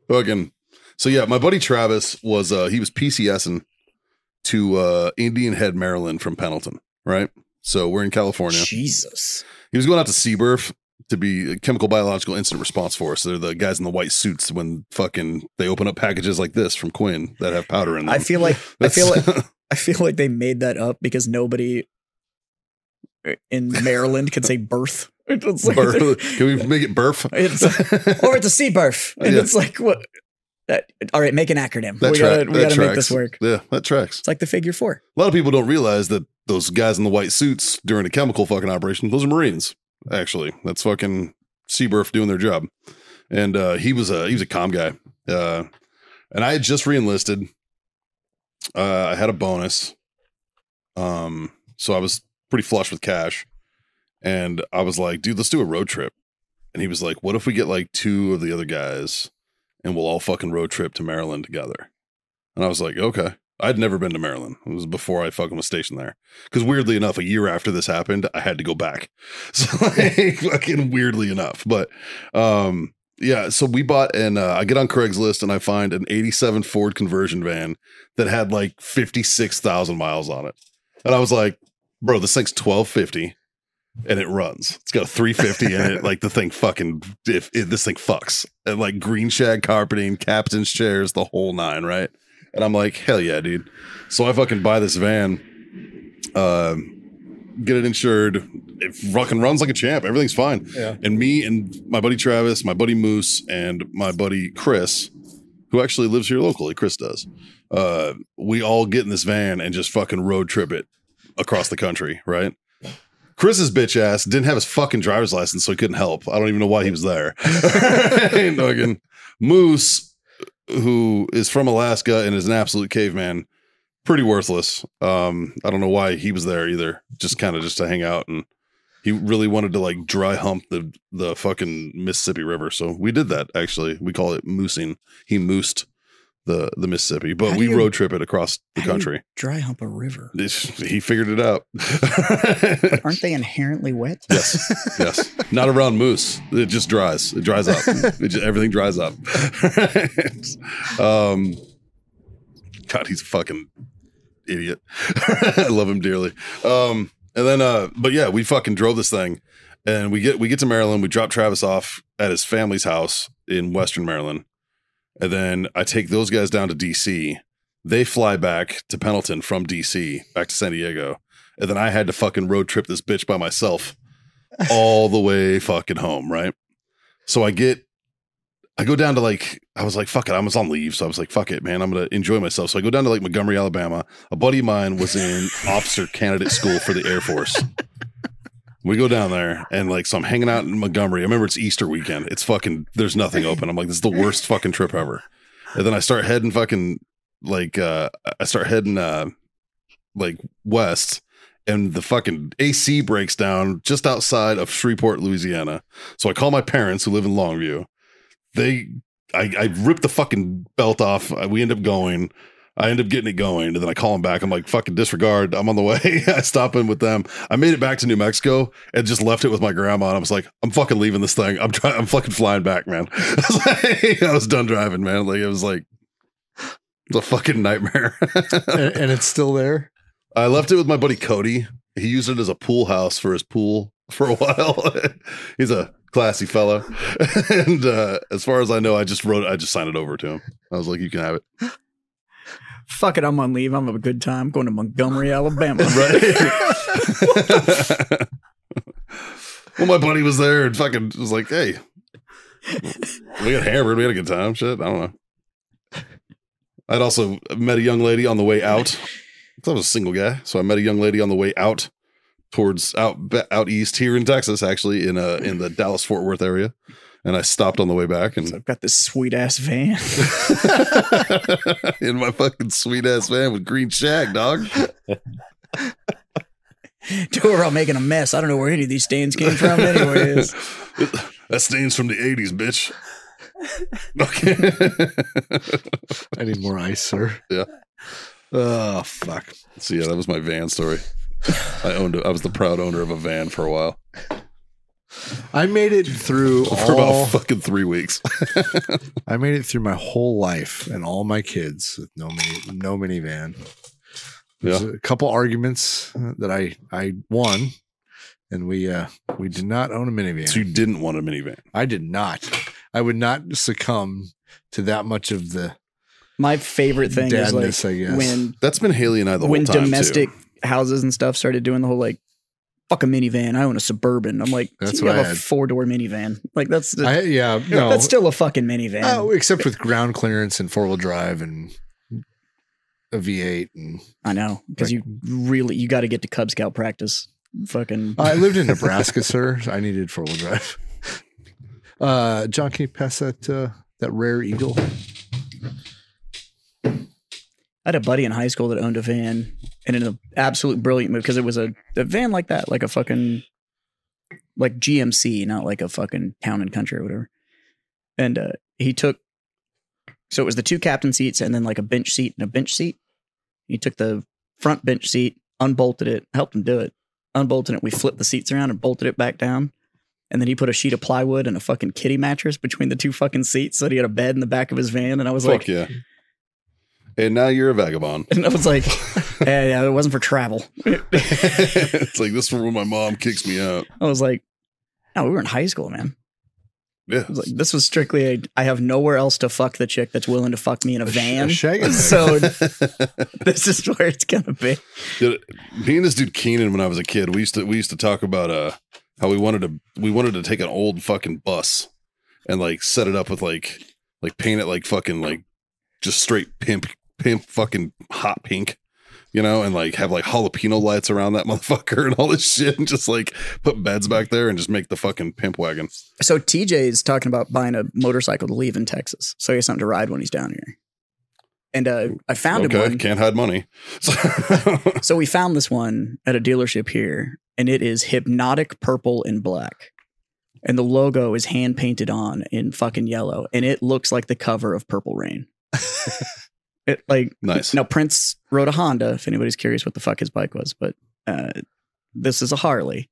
Fucking. So yeah, my buddy Travis was uh he was PCSing to uh, Indian Head, Maryland from Pendleton, right? So we're in California.
Jesus.
He was going out to Seaburf to be a chemical biological incident response force. They're the guys in the white suits when fucking they open up packages like this from Quinn that have powder in them.
I feel like I feel like
That's-
I feel like they made that up because nobody in Maryland could say birth. It's like-
Burf. Can we make it burf?
It's, or it's a sea birth, and
Yeah.
it's like what? That, all right, make an acronym.
That
we
track-
gotta, we
that
gotta make
tracks.
this work.
Yeah, that tracks.
It's like the figure four.
A lot of people don't realize that those guys in the white suits during a chemical fucking operation, those are Marines, actually. That's fucking Seaburf doing their job. And uh, he was a he was a com guy. Uh, and I had just reenlisted. Uh, I had a bonus. Um, so I was pretty flush with cash. And I was like, dude, let's do a road trip. And he was like, what if we get like two of the other guys and we'll all fucking road trip to Maryland together? And I was like, okay. I'd never been to Maryland. It was before I fucking was stationed there. Because weirdly enough, a year after this happened, I had to go back. So like, fucking weirdly enough, but um, yeah. So we bought and uh, I get on Craigslist and I find an '87 Ford conversion van that had like fifty six thousand miles on it, and I was like, bro, this thing's twelve fifty. And it runs. It's got a 350 in it. Like the thing fucking, if, if this thing fucks, and like green shag carpeting, captain's chairs, the whole nine, right? And I'm like, hell yeah, dude. So I fucking buy this van, uh, get it insured. It fucking runs like a champ. Everything's fine.
Yeah.
And me and my buddy Travis, my buddy Moose, and my buddy Chris, who actually lives here locally, Chris does, uh, we all get in this van and just fucking road trip it across the country, right? Chris's bitch ass didn't have his fucking driver's license, so he couldn't help. I don't even know why he was there. And fucking Moose who is from Alaska and is an absolute caveman, pretty worthless. Um, I don't know why he was there either. Just kind of just to hang out and he really wanted to like dry hump the the fucking Mississippi River. So we did that actually. We call it moosing. He moosed the the Mississippi, but
How do
we
you-
road trip it across the
how do you-
country.
Dry hump a river.
It's- he figured it out.
Aren't they inherently wet?
Yes, yes. Not around moose. It just dries. It dries up. It just, everything dries up. um, God, he's a fucking idiot. I love him dearly. Um, and then, uh, but yeah, we fucking drove this thing, and we get we get to Maryland. We drop Travis off at his family's house in Western Maryland, and then I take those guys down to D.C. They fly back to Pendleton from D.C. back to San Diego, and then I had to fucking road trip this bitch by myself all the way fucking home, right? So I get, I go down to like, I was like, fuck it, I was on leave. So I was like, fuck it, man, I'm going to enjoy myself. So I go down to like Montgomery, Alabama. A buddy of mine was in officer candidate school for the Air Force. We go down there and like, so I'm hanging out in Montgomery. I remember it's Easter weekend. It's fucking, there's nothing open. I'm like, this is the worst fucking trip ever. And then I start heading fucking, like, uh, I start heading, uh, like west and the fucking AC breaks down just outside of Shreveport, Louisiana. So I call my parents who live in Longview. They, I, I rip the fucking belt off. I- We end up going. I end up getting it going, and then I call them back. I'm like, fucking disregard. I'm on the way. I stop in with them. I made it back to New Mexico and just left it with my grandma. And I was like, I'm fucking leaving this thing. I'm trying. I'm fucking flying back, man. I was, like, I was done driving, man. Like it was like the fucking nightmare.
and, and it's still there.
I left it with my buddy Cody. He used it as a pool house for his pool for a while. He's a classy fellow, and uh, as far as I know, I just wrote, I just signed it over to him. I was like, "You can have it."
Fuck it, I'm on leave. I'm having a good time going to Montgomery, Alabama.
Right. well, my buddy was there and fucking was like, "Hey, we got hammered. We had a good time. Shit, I don't know." I'd also met a young lady on the way out. I was a single guy, so I met a young lady on the way out towards out ba- out east here in Texas, actually in uh in the Dallas Fort Worth area, and I stopped on the way back and
So I've got this sweet ass van.
in my fucking sweet ass van with green shag, dog.
Two are all making a mess. I don't know where any of these stains came from, anyways.
that stains from the 80s, bitch. Okay.
I need more ice, sir.
Yeah.
Oh fuck.
so, yeah, that was my van story. I owned it. I was the proud owner of a van for a while,
I made it through
for
all.
about fucking three weeks.
I made it through my whole life and all my kids with no mini, no minivan. There's
Yeah.
a couple arguments uh, that I I won, and we uh we did not own a minivan.
So you didn't want a minivan.
I did not. I would not succumb to that much of the
My favorite thing
dadness.
is like
I guess
when
That's been Haley and I the
when
whole time.
domestic houses and stuff started doing the whole like fuck a minivan, I own a suburban. I'm like,
That's
you
what
have
I
a
had.
four door minivan. Like that's the,
I, yeah, no,
that's still a fucking minivan.
Oh, except with ground clearance and four wheel drive and a V8. And
I know because you really you got to get to Cub Scout practice. Fucking
I lived in Nebraska, sir. so I needed four wheel drive. Uh, John, can you pass that uh, that rare eagle?
I had a buddy in high school that owned a van, and in an absolute brilliant move because it was a, a van like that, like a fucking like GMC, not like a fucking town and country or whatever. And uh, he took so it was the two captain seats and then like a bench seat and a bench seat. He took the front bench seat, unbolted it, helped him do it, unbolted it. We flipped the seats around and bolted it back down. And then he put a sheet of plywood and a fucking kitty mattress between the two fucking seats, so that he had a bed in the back of his van. And I was
Fuck
like,
yeah. And now you're a vagabond.
and I was like, yeah, yeah, it wasn't for travel.
it's like this one when my mom kicks me out.
I was like, no, we were in high school, man.
Yeah.
I was like, this was strictly a, I have nowhere else to fuck the chick that's willing to fuck me in a van.
A shag attack.
so this is where it's going to be.
Dude, me and this dude Keenan when I was a kid, we used to we used to talk about uh how we wanted to we wanted to take an old fucking bus and like set it up with like like paint it like fucking like just straight pimp pimp fucking hot pink. You know, and like have like jalapeno lights around that motherfucker and all this shit, and just like put beds back there and just make the fucking pimp wagon.
So TJ is talking about buying a motorcycle to leave in Texas. So he has something to ride when he's down here. And uh, I found him
Okay,
one.
can't hide money. So,
So we found this one at a dealership here, and it is hypnotic purple and black. And the logo is hand painted on in fucking yellow, and it looks like the cover of Purple Rain. it like
nice.
now Prince rode a Honda. If anybody's curious what the fuck his bike was, but uh, this is a Harley,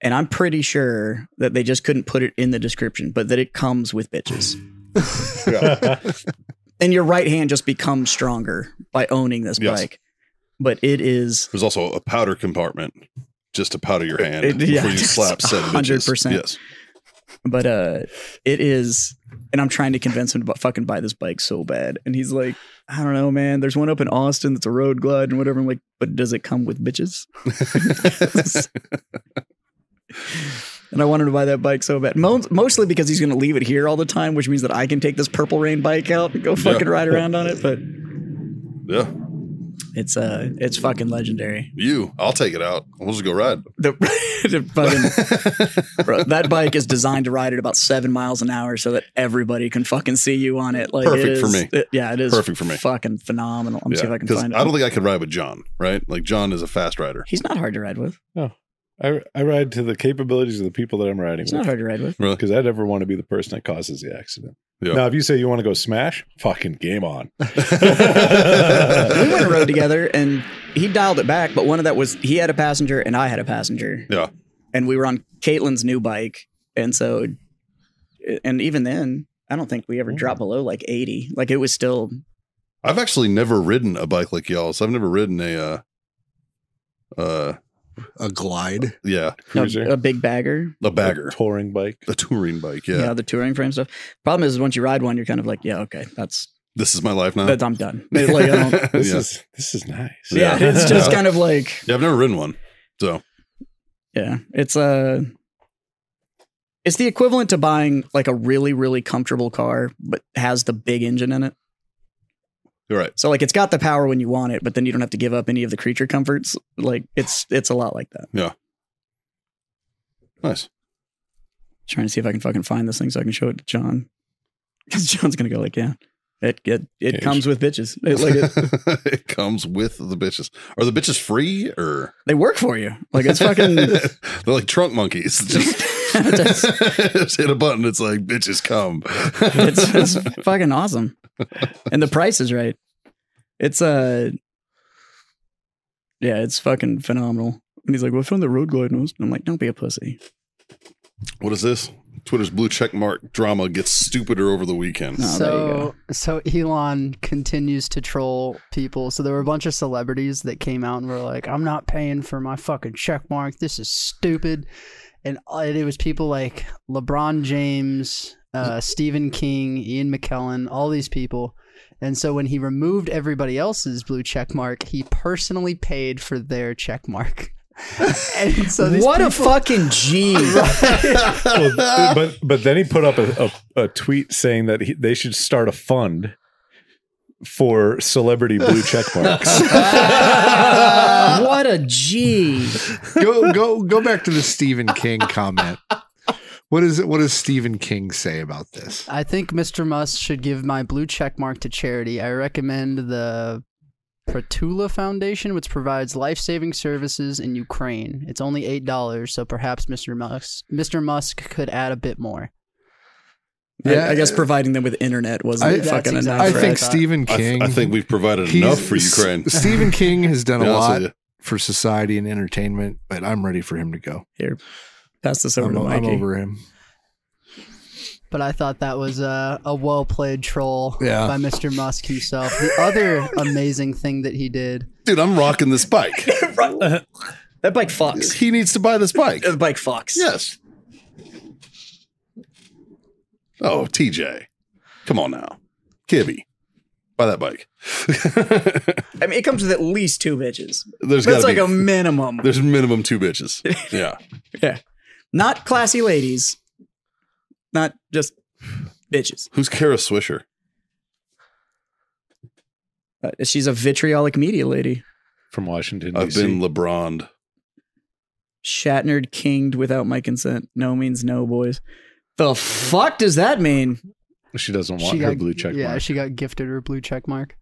and I'm pretty sure that they just couldn't put it in the description, but that it comes with bitches and your right hand just becomes stronger by owning this
Yes.
bike. But it is
There's also a powder compartment just to powder your hand
It- yeah,
before you slap seven hundred
100%.
percent. Yes.
but uh it is and I'm trying to convince him to bu- fucking buy this bike so bad. And he's like, I don't know, man. There's one up in Austin that's a road glide and whatever. I'm like, but does it come with bitches? and I wanted to buy that bike so bad. Mo- mostly because he's going to leave it here all the time, which means that I can take this purple rain bike out and go fucking ride around on it. But
yeah.
it's uh, it's fucking legendary.
You. I'll take it out. We'll just go ride.
The, the fucking bro, that bike is designed to ride at about seven miles an hour so that everybody can fucking see you on it. Like it
Perfect for
is-
me.
it- yeah, it is
Perfect for me.
Fucking phenomenal. Let me see if I can
because
find it. Oh,
I don't think I could ride with John, right? Like John is a fast rider.
He's not hard to ride with.
I, I ride to the capabilities of the people that I'm riding
He's not
with
hard to ride with.
Really?
because I never want to be the person that causes the accident.
Yeah.
Now, if you say you want to go smash, fucking game on.
We went and rode together, and he dialed it back. But one of that was he had a passenger and I had a passenger.
Yeah.
and we were on Caitlin's new bike, and so, and even then, I don't think we ever dropped below like eighty. Like it was still
I've actually never ridden a bike like y'all, so I've never ridden a uh uh
A glide.
yeah,
Cruiser,
a, a big bagger.
a bagger.
a touring bike.
A touring bike, yeah.
yeah. the touring frame stuff. Problem is, once you ride one, you're kind of like, yeah, okay, that's
This is my life now.
that's I'm done. Like, I don't- yeah.
This
yeah.
is this is nice.
it's just kind of like,
yeah, I've never ridden one. So
yeah, it's uh, it's the equivalent to buying like a really really comfortable car, but has the big engine in it.
you're right.
So like, it's got the power when you want it, but then you don't have to give up any of the creature comforts. Like it's it's a lot like that.
Nice.
trying to see if I can fucking find this thing so I can show it to John, because John's gonna go like, yeah, it it it
Yeah,
comes with bitches. It, like it,
it comes with the bitches. Are the bitches free or
they work for you. Like it's fucking.
They're like trunk monkeys. Just, just hit a button. It's like bitches come.
it's, it's fucking awesome and the price is right it's uh yeah it's fucking phenomenal and he's like well i found the road glide and I was- i'm like don't be a pussy
what is this? Twitter's blue check mark drama gets stupider over the weekend.
No. Oh, there you
so so Elon continues to troll people. So there were a bunch of celebrities that came out and were like, "I'm not paying for my fucking check mark. This is stupid." And uh, it was people like LeBron James,
Mm-hmm.
uh, Stephen King, Ian McKellen, all these people. And so when he removed everybody else's blue check mark, he personally paid for their check mark. and so these
what a
people-
fucking G.
Well, th- but but then he put up a, a, a tweet saying that he, they should start a fund for celebrity blue check marks.
what a G.
go go go back to the Stephen King comment. What is it? What does Stephen King say about this?
I think Mr. Musk should give my blue check mark to charity. I recommend the Pratula Foundation, which provides life saving services in Ukraine. It's only eight dollars, so perhaps Mr. Musk Mr. Musk could add a bit more.
Yeah,
Yeah.
I, guess providing them with internet wasn't
I-
that's
fucking enough.
exactly
I
what
think
I thought.
Stephen
I, th-
King.
I think we've provided
he's-
enough for Ukraine.
S- Stephen King has done a
Yeah, I'll say
lot
you.
for society and entertainment, but I'm ready for him to go.
Pass this over
I'm,
to
I'm
Mikey.
over him.
But I thought that was a, a well played troll
Yeah.
by Mr. Musk himself. The other amazing thing that he did.
Dude, I'm rocking this bike.
That bike fucks.
he needs to buy this bike.
That bike fucks.
Yes. Oh, TJ. Come on now. Kibby. Buy that bike.
I mean, it comes with at least two bitches.
There's
That's
gotta
like
be
a minimum.
there's minimum two bitches. Yeah.
Yeah. Not classy ladies. Not just bitches.
Who's Kara Swisher?
Uh, she's a vitriolic media lady.
From Washington,
I've
D.C.
been LeBroned.
Shatnered, kinged without my consent. No means no, boys. The fuck does that mean?
she doesn't want her blue check
yeah,
mark.
she got gifted her blue check mark.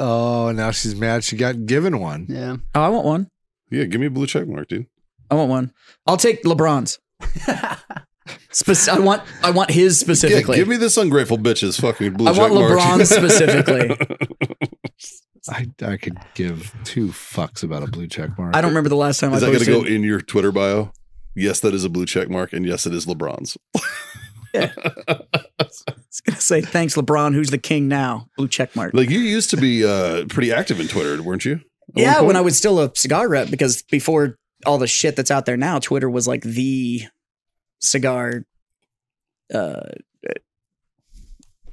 Oh, now she's mad. She got given one.
Yeah.
Oh, I want one.
Yeah, give me a blue check mark, dude.
I want one. I'll take LeBron's. Spec- I want. I want his
Yeah,
specifically.
give me this ungrateful bitch's fucking blue
I
check
want
mark.
LeBron specifically.
I, I could give two fucks about a blue check mark.
I don't remember the last time
Is that
I
going to
posted.
go in your Twitter bio? Yes, that is a blue check mark, and yes, it is LeBron's.
It's gonna say thanks, LeBron. Who's the king now? Blue check mark.
Like you used to be uh, pretty active in Twitter, weren't you? At
yeah,
one
when I
point?
was still a cigar rep, because before all the shit that's out there now, Twitter was like the cigar uh,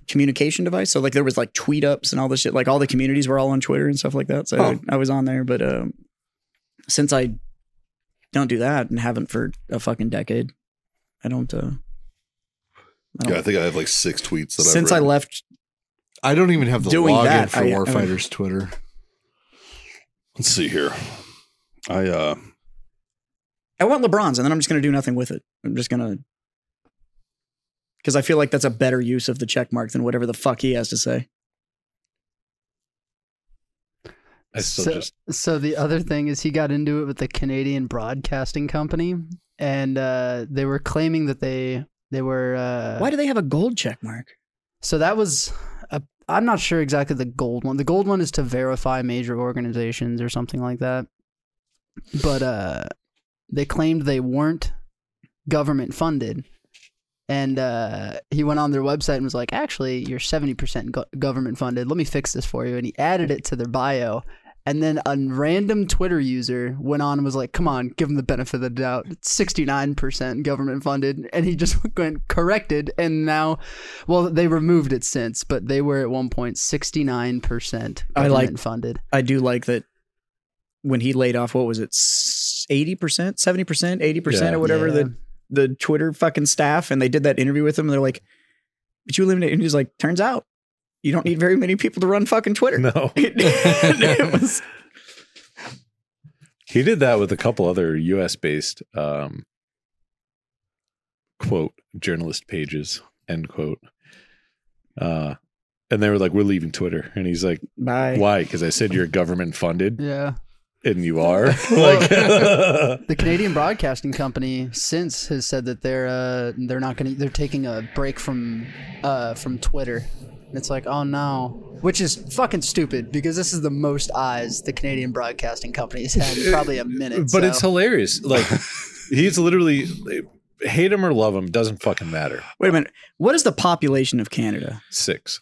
communication device. So like there was like tweet ups and all this shit. Like all the communities were all on Twitter and stuff like that. So
Huh.
I was on there, but um, since I don't do that and haven't for a fucking decade, I don't. Uh, I don't
yeah, I think I have like six tweets that
since I
I've read.
left,
I don't even have the
Doing
login
that,
for
I- I mean-
Warfighters Twitter.
Let's see here. I uh
I want LeBron's, and then I'm just going to do nothing with it. I'm just going to because I feel like that's a better use of the check mark than whatever the fuck he has to say.
I still
So-
just
So the other thing is he got into it with the Canadian Broadcasting Company, and uh, they were claiming that they they were. Uh,
Why do they have a gold check mark?
So that was. A, I'm not sure exactly the gold one. The gold one is to verify major organizations or something like that. But uh, they claimed they weren't government funded. And uh, he went on their website and was like, actually, you're 70% go- government funded. Let me fix this for you. And he added it to their bio. And then a random Twitter user went on and was like, come on, give him the benefit of the doubt. It's 69% government funded. And he just went corrected. And now, well, they removed it since, but they were at one point 69% government
I like-
funded.
I do like that when he laid off. What was it? Eighty percent, seventy percent, eighty percent,
Yeah.
or whatever
Yeah.
the the Twitter fucking staff, and they did that interview with him. And they're like, "But you eliminate," and he's like, "Turns out you don't need very many people to run fucking Twitter."
no.
It was-
He did that with a couple other U.S. based um, quote journalist pages end quote. Uh, and they were like, "We're leaving Twitter," and he's like,
Bye.
"Why? Because I said you're government funded,
Yeah.
and you are." like,
The Canadian Broadcasting Company since has said that they're uh, they're not going to they're taking a break from uh, from Twitter. And it's like, oh no, which is fucking stupid because this is the most eyes the Canadian Broadcasting Company's had in probably a minute.
but it's hilarious. Like, he's literally hate him or love him doesn't fucking matter.
Wait a minute. What is the population of Canada?
Six.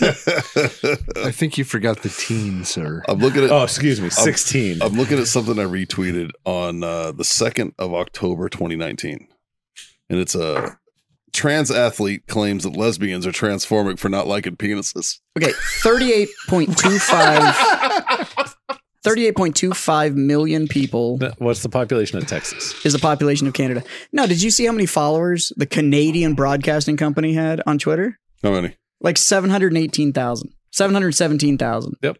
I think you forgot the teen, sir.
I'm looking at
Oh, excuse me, sixteen.
I'm looking at something I retweeted on uh, the second of October 2019, and it's a trans athlete claims that lesbians are transphobic for not liking penises.
Okay, 38.25 38.25 million people
What's the population of Texas?
is the population of Canada. No, did you see how many followers the Canadian Broadcasting Company had on Twitter?
How many?
Like 718,000. 717,000.
Which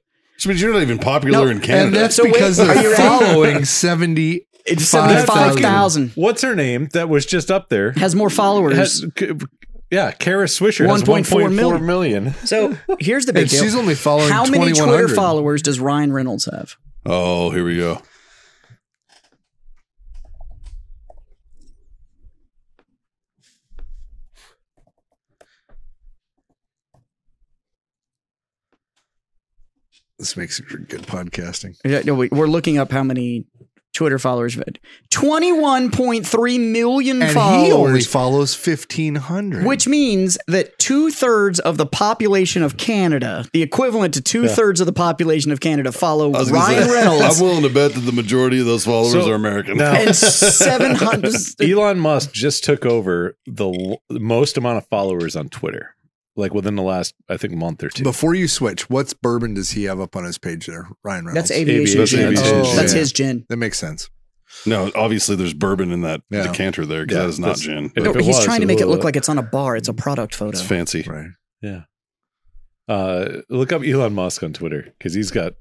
means you're not even popular
No,
in
And
Canada.
that's
So wait,
because
are you
they're
ready?
following 70.
It's
Five
75,000.
What's her name that was just up there?
Has more followers.
Has- c- yeah, Kara Swisher has
1.4
1.4
million.
million.
so here's the big
And she's
deal.
only following
How many Twitter
2100.
followers does Ryan Reynolds have?
oh, here we go.
This makes it for good podcasting.
Yeah, no, wait, we're looking up how many Twitter followers. Twenty-one point three million
And he only
followers,
follows 1500.
which means that two-thirds of the population of Canada, the equivalent to two-thirds of the population of Canada, follow
I was gonna
Ryan
say,
Reynolds
I'm willing to bet that the majority of those followers
So-
are American.
Now,
and seven hundred.
Elon Musk just took over the l- most amount of followers on Twitter, like within the last, I think, month or two.
Before you switch, what's bourbon does he have up on his page there? Ryan Reynolds.
That's aviation.
That's
gin.
aviation
Oh, that's
gin.
his gin.
that makes sense.
No, obviously there's bourbon in that
Yeah.
decanter there because
Yeah,
that is not
that's-
gin.
If
No,
it
he's
was, uh,
trying to
it
make it
will-
look like it's on a bar. It's a product photo.
It's fancy.
Right.
Uh, look up Elon Musk on Twitter because he's got,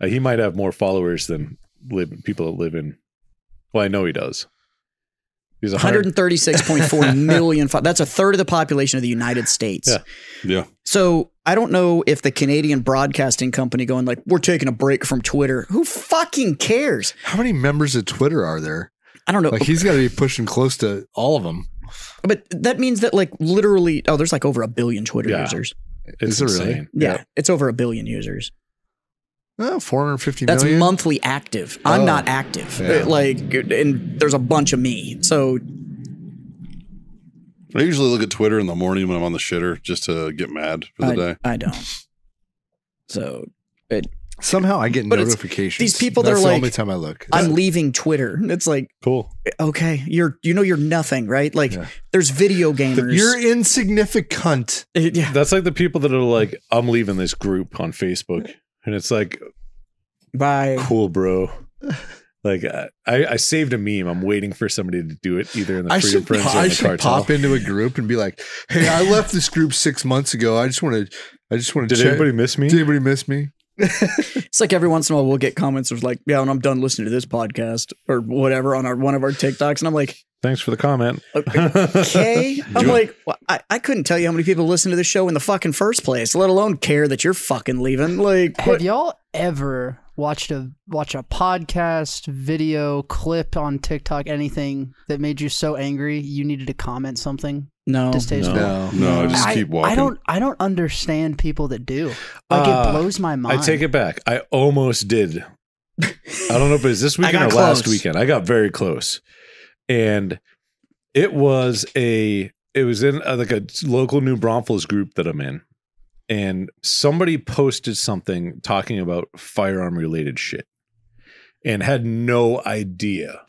uh, he might have more followers than live, people that live in. Well, I know he does. He's a hundred.
136.4 million. Fo- that's a third of the population of the United States.
Yeah.
Yeah.
So I don't know if the Canadian broadcasting company going like we're taking a break from Twitter. Who fucking cares?
How many members of Twitter are there?
I don't know.
Like he's got to be pushing close to all of them.
but that means that like literally, oh, there's like over a billion Twitter
Yeah.
users.
Is
It's
it really?
insane.
Yeah, it's over a billion users.
Oh, 450
That's
million?
monthly active. I'm
Oh.
not active.
Yeah.
Like, and there's a bunch of me. So
I usually look at Twitter in the morning when I'm on the shitter just to get mad for the
I,
day.
I don't. So
Somehow I get
But it's-
notifications.
these people,
That's
they're
the
like,
only time I look.
I'm leaving Twitter. It's like
Cool.
okay, you're you know you're nothing, right? Like
Yeah.
there's video gamers.
you're insignificant.
Uh, yeah,
That's like the people that are like, I'm leaving this group on Facebook. And it's like,
bye.
cool, bro. Like I, I saved a meme. I'm waiting for somebody to do it either in the
I
Freedom
should,
Friends or
I
in the
should
cartel.
pop into a group and be like, "Hey, I left this group six months ago. I just want to, I just want to.
Did anybody miss me?
Did anybody miss me?
It's like every once in a while we'll get comments of like, yeah, when I'm done listening to this podcast or whatever on our one of our TikToks, and I'm like,
Thanks for the comment.
okay, I'm like, well, I, I couldn't tell you how many people listen to this show in the fucking first place, let alone care that you're fucking leaving. Like,
Have y'all ever watched a watch a podcast, video, clip on TikTok, anything that made you so angry you needed to comment something
no,
distasteful?
No.
Oh, No, I just
I,
keep walking.
I don't I don't understand people that do. Like
Uh,
it blows my
I
mind.
take it back. I almost did. I don't know if it was this
I
weekend or
got
last
close.
weekend. I got very close, and it was a it was in uh, like a local New Braunfels group that I'm in, and somebody posted something talking about firearm related shit, and had no idea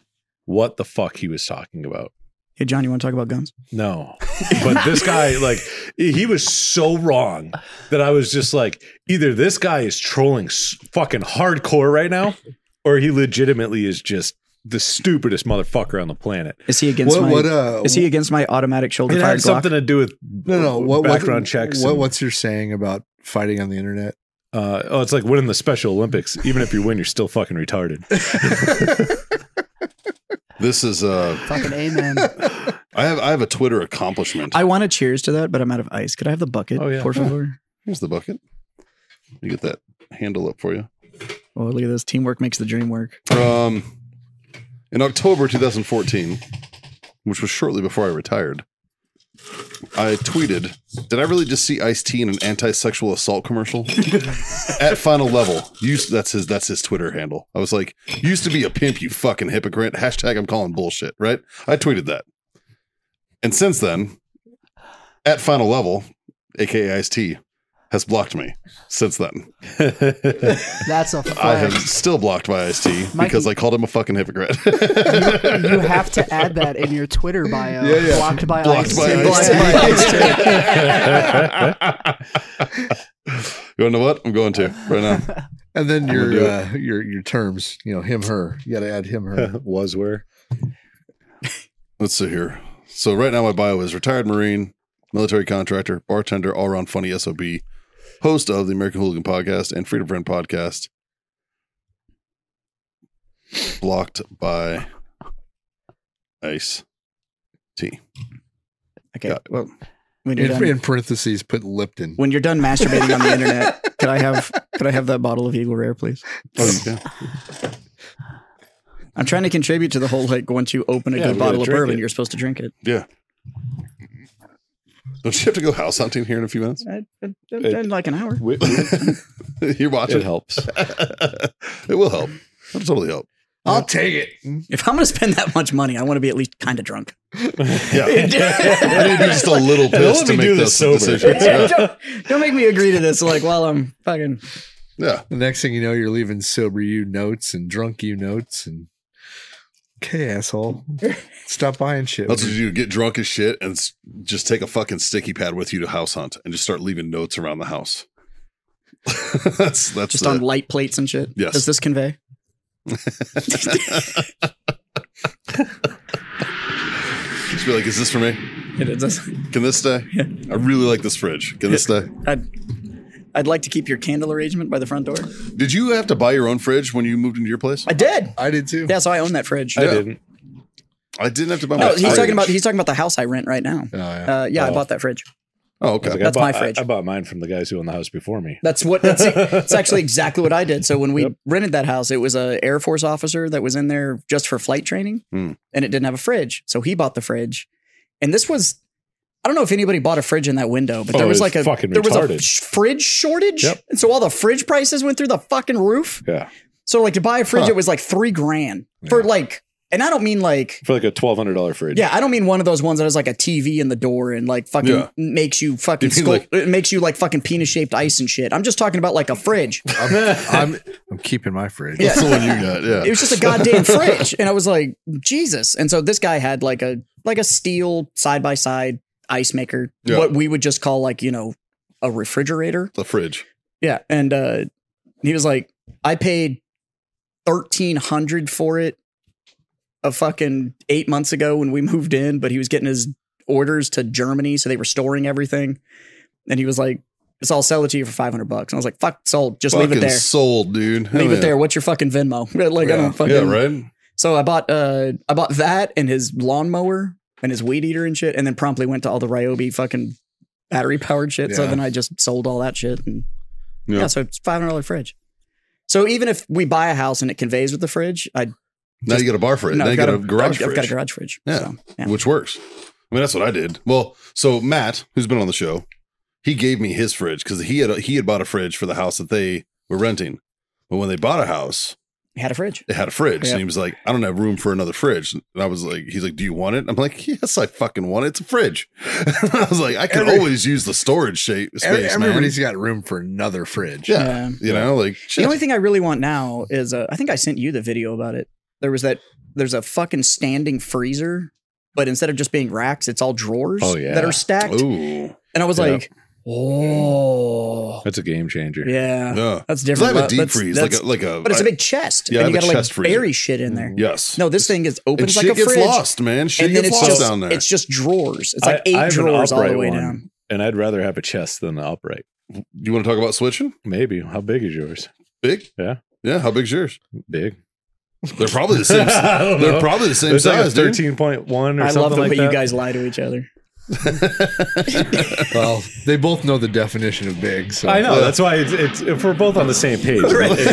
what the fuck he was talking about.
hey John, you want to talk about guns?
No. But this guy, like, he was so wrong that I was just like, either this guy is trolling s- fucking hardcore right now, or he legitimately is just the stupidest motherfucker on the planet.
Is he against
What?
my?
What? Uh,
is he against my automatic shoulder
It
fired
had something
Glock?
to do with
no, no. What? what-
background checks.
What?
and,
what's your saying about fighting on the internet?
uh, oh, it's like winning the Special Olympics. Even if you win, you're still fucking retarded.
This is uh
Fucking amen.
I have I have a Twitter accomplishment.
I want to cheers to that, but I'm out of ice. Could I have the bucket?
Oh, yeah.
Por favor.
Here's the bucket. You get that handle up for you.
Oh, look at this. Teamwork makes the dream work.
Um, in October 2014, which was shortly before I retired, I tweeted, "Did I really just see Ice T in an anti-sexual assault commercial?" At final level, used that's his that's his Twitter handle. I was like, "You "Used to be a pimp, you fucking hypocrite." Hashtag I'm calling bullshit. Right? I tweeted that, and since then, at final level, aka Ice T, has blocked me. Since then,
That's a
I have
fact.
still blocked by Ice T because I called him a fucking hypocrite.
you have to add that in your Twitter bio.
Yeah, yeah.
Blocked by
blocked
Ice
by
T.
Ice T.
Blocked by Ice T.
you want to know what? I'm going to right now.
And then
gonna
your
do it.
uh, your your terms, you know, him, her. You gotta add him, her.
was where
Let's see here. So right now my bio is retired Marine, military contractor, bartender, all around funny SOB, host of the American Hooligan Podcast and Freedom Friend Podcast. Blocked by Ice T.
Okay.
Got
Well, when you're
In,
done,
in parentheses, put Lipton.
when you're done masturbating on the internet, could I have could I have that bottle of Eagle Rare, please?
Oh, yeah.
I'm trying to contribute to the whole like once you open a
Yeah, we
good
gotta
bottle of
drink
bourbon,
it.
you're supposed to drink it.
yeah. Don't you have to go house hunting here in a few minutes?
I, I, in like an hour.
You're watching.
it helps.
it will help. It'll totally help.
I'll take it.
If I'm going to spend that much money, I want to be at least kind of drunk.
Yeah. I need to be just a little pissed
let
to
me
make
do
those
this sober.
decisions. Yeah.
don't, don't make me agree to this. Like while I'm fucking
yeah.
The next thing you know, you're leaving sober you notes and drunk you notes and okay, asshole. Stop buying shit.
That's what you do. Get drunk as shit and s- just take a fucking sticky pad with you to house hunt and just start leaving notes around the house. that's that's
just
the-
on light plates and shit.
Yes.
Does this convey?
just be like, is this for me?
It, it does.
Can this stay? I really like this fridge. Can this stay?
I'd, I'd like to keep your candle arrangement by the front door.
Did you have to buy your own fridge when you moved into your place?
I did.
I did too.
Yeah, so I own that fridge.
I
Yeah.
didn't.
I didn't have to buy my.
No, Oh, he's
fridge.
talking about he's talking about the house I rent right now.
Oh, yeah.
Uh, yeah, I
Oh.
bought that fridge.
Oh,
I was
okay.
like, I
That's my
bought-
fridge.
I, I bought mine from the guys who owned the house before me.
That's what that's, that's actually exactly what I did. So when we rented that house, it was a Air Force officer that was in there just for flight training
Hmm.
and it didn't have a fridge. So he bought the fridge. And this was I don't know if anybody bought a fridge in that window, but
Oh,
there was
it's
like a
fucking
there was a
retarded.
sh- fridge shortage.
Yep.
And so all the fridge prices went through the fucking roof.
Yeah,
So like to buy a fridge
Huh.
it was like 3 grand for like and I don't mean like
for like a twelve hundred dollar fridge.
Yeah, I don't mean one of those ones that has like a TV in the door and like fucking
Yeah.
makes you fucking
You mean
sculpt,
like-
it makes you like fucking penis shaped ice and shit. I'm just talking about like a fridge.
I'm I'm keeping my fridge.
Yeah.
That's the one you got. Yeah.
It was just a goddamn fridge, and I was like, Jesus. And so this guy had like a like a steel side by side ice maker,
Yeah.
what we would just call like you know a refrigerator.
the fridge.
Yeah, and uh, he was like, I paid thirteen hundred for it a fucking eight months ago when we moved in, but he was getting his orders to Germany, so they were storing everything, and he was like, "It's all sell it to you for five hundred bucks," and I was like, "Fuck, sold, just leave it
Fucking
there."
sold, dude. Hell
Leave
yeah.
it there. What's your fucking Venmo? like I
Yeah.
don't fucking
yeah, right.
so I bought uh I bought that and his lawnmower and his weed eater and shit, and then promptly went to all the Ryobi fucking battery powered shit. So
Yeah.
then I just sold all that shit and
Yeah.
yeah, so it's five hundred dollar fridge. So even if we buy a house and it conveys with the fridge, I
Now you got a bar fridge.
no,
now you
I've got,
got,
a,
a garage
I've,
fridge.
I've got a garage fridge.
Yeah.
So, yeah.
which works. I mean, that's what I did. Well, so Matt, who's been on the show, he gave me his fridge because he had he had bought a fridge for the house that they were renting. But when they bought a house,
It had a fridge.
it had a fridge,
Yeah.
and he was like, "I don't have room for another fridge." And I was like, "He's like, do you want it?" I'm like, "Yes, I fucking want it. It's a fridge." I was like, "I can
Every-
always use the storage shape
Ev-
space, man."
Everybody's got room for another fridge.
Yeah, you know, like
The
shit.
only thing I really want now is uh, I think I sent you the video about it. There was that there's a fucking standing freezer, but instead of just being racks, it's all drawers
Oh, yeah.
that are stacked.
Ooh,
And I was
Yeah.
like, oh,
that's a game changer.
yeah.
yeah. 'Cause
That's
I
different.
have a
but
deep
that's-
freeze,
that's-
like a like a.
but it's a
I-
big chest.
Yeah, I
and you
have a
gotta like
chest freezer.
bury shit in there.
yes.
No, this thing is
and
opens
shit
like a
gets
fridge.
lost, man. Shit
and then
gets
it's
lost
just
down there.
it's just drawers. It's like
I-
eight
I have an
drawers all the
upright
way
one,
down.
And I'd rather have a chest than an upright.
you want to talk about switching?
Maybe. How big is yours?
Big?
Yeah.
Yeah. How big's yours?
Big.
They're probably the same. they're probably the same
There's like a
size, dude.
thirteen point one or
I
something
love the
like
way
that.
you guys lie to each other.
Well, they both know the definition of big. So
I know. That's why it's, it's if we're both on the same page, it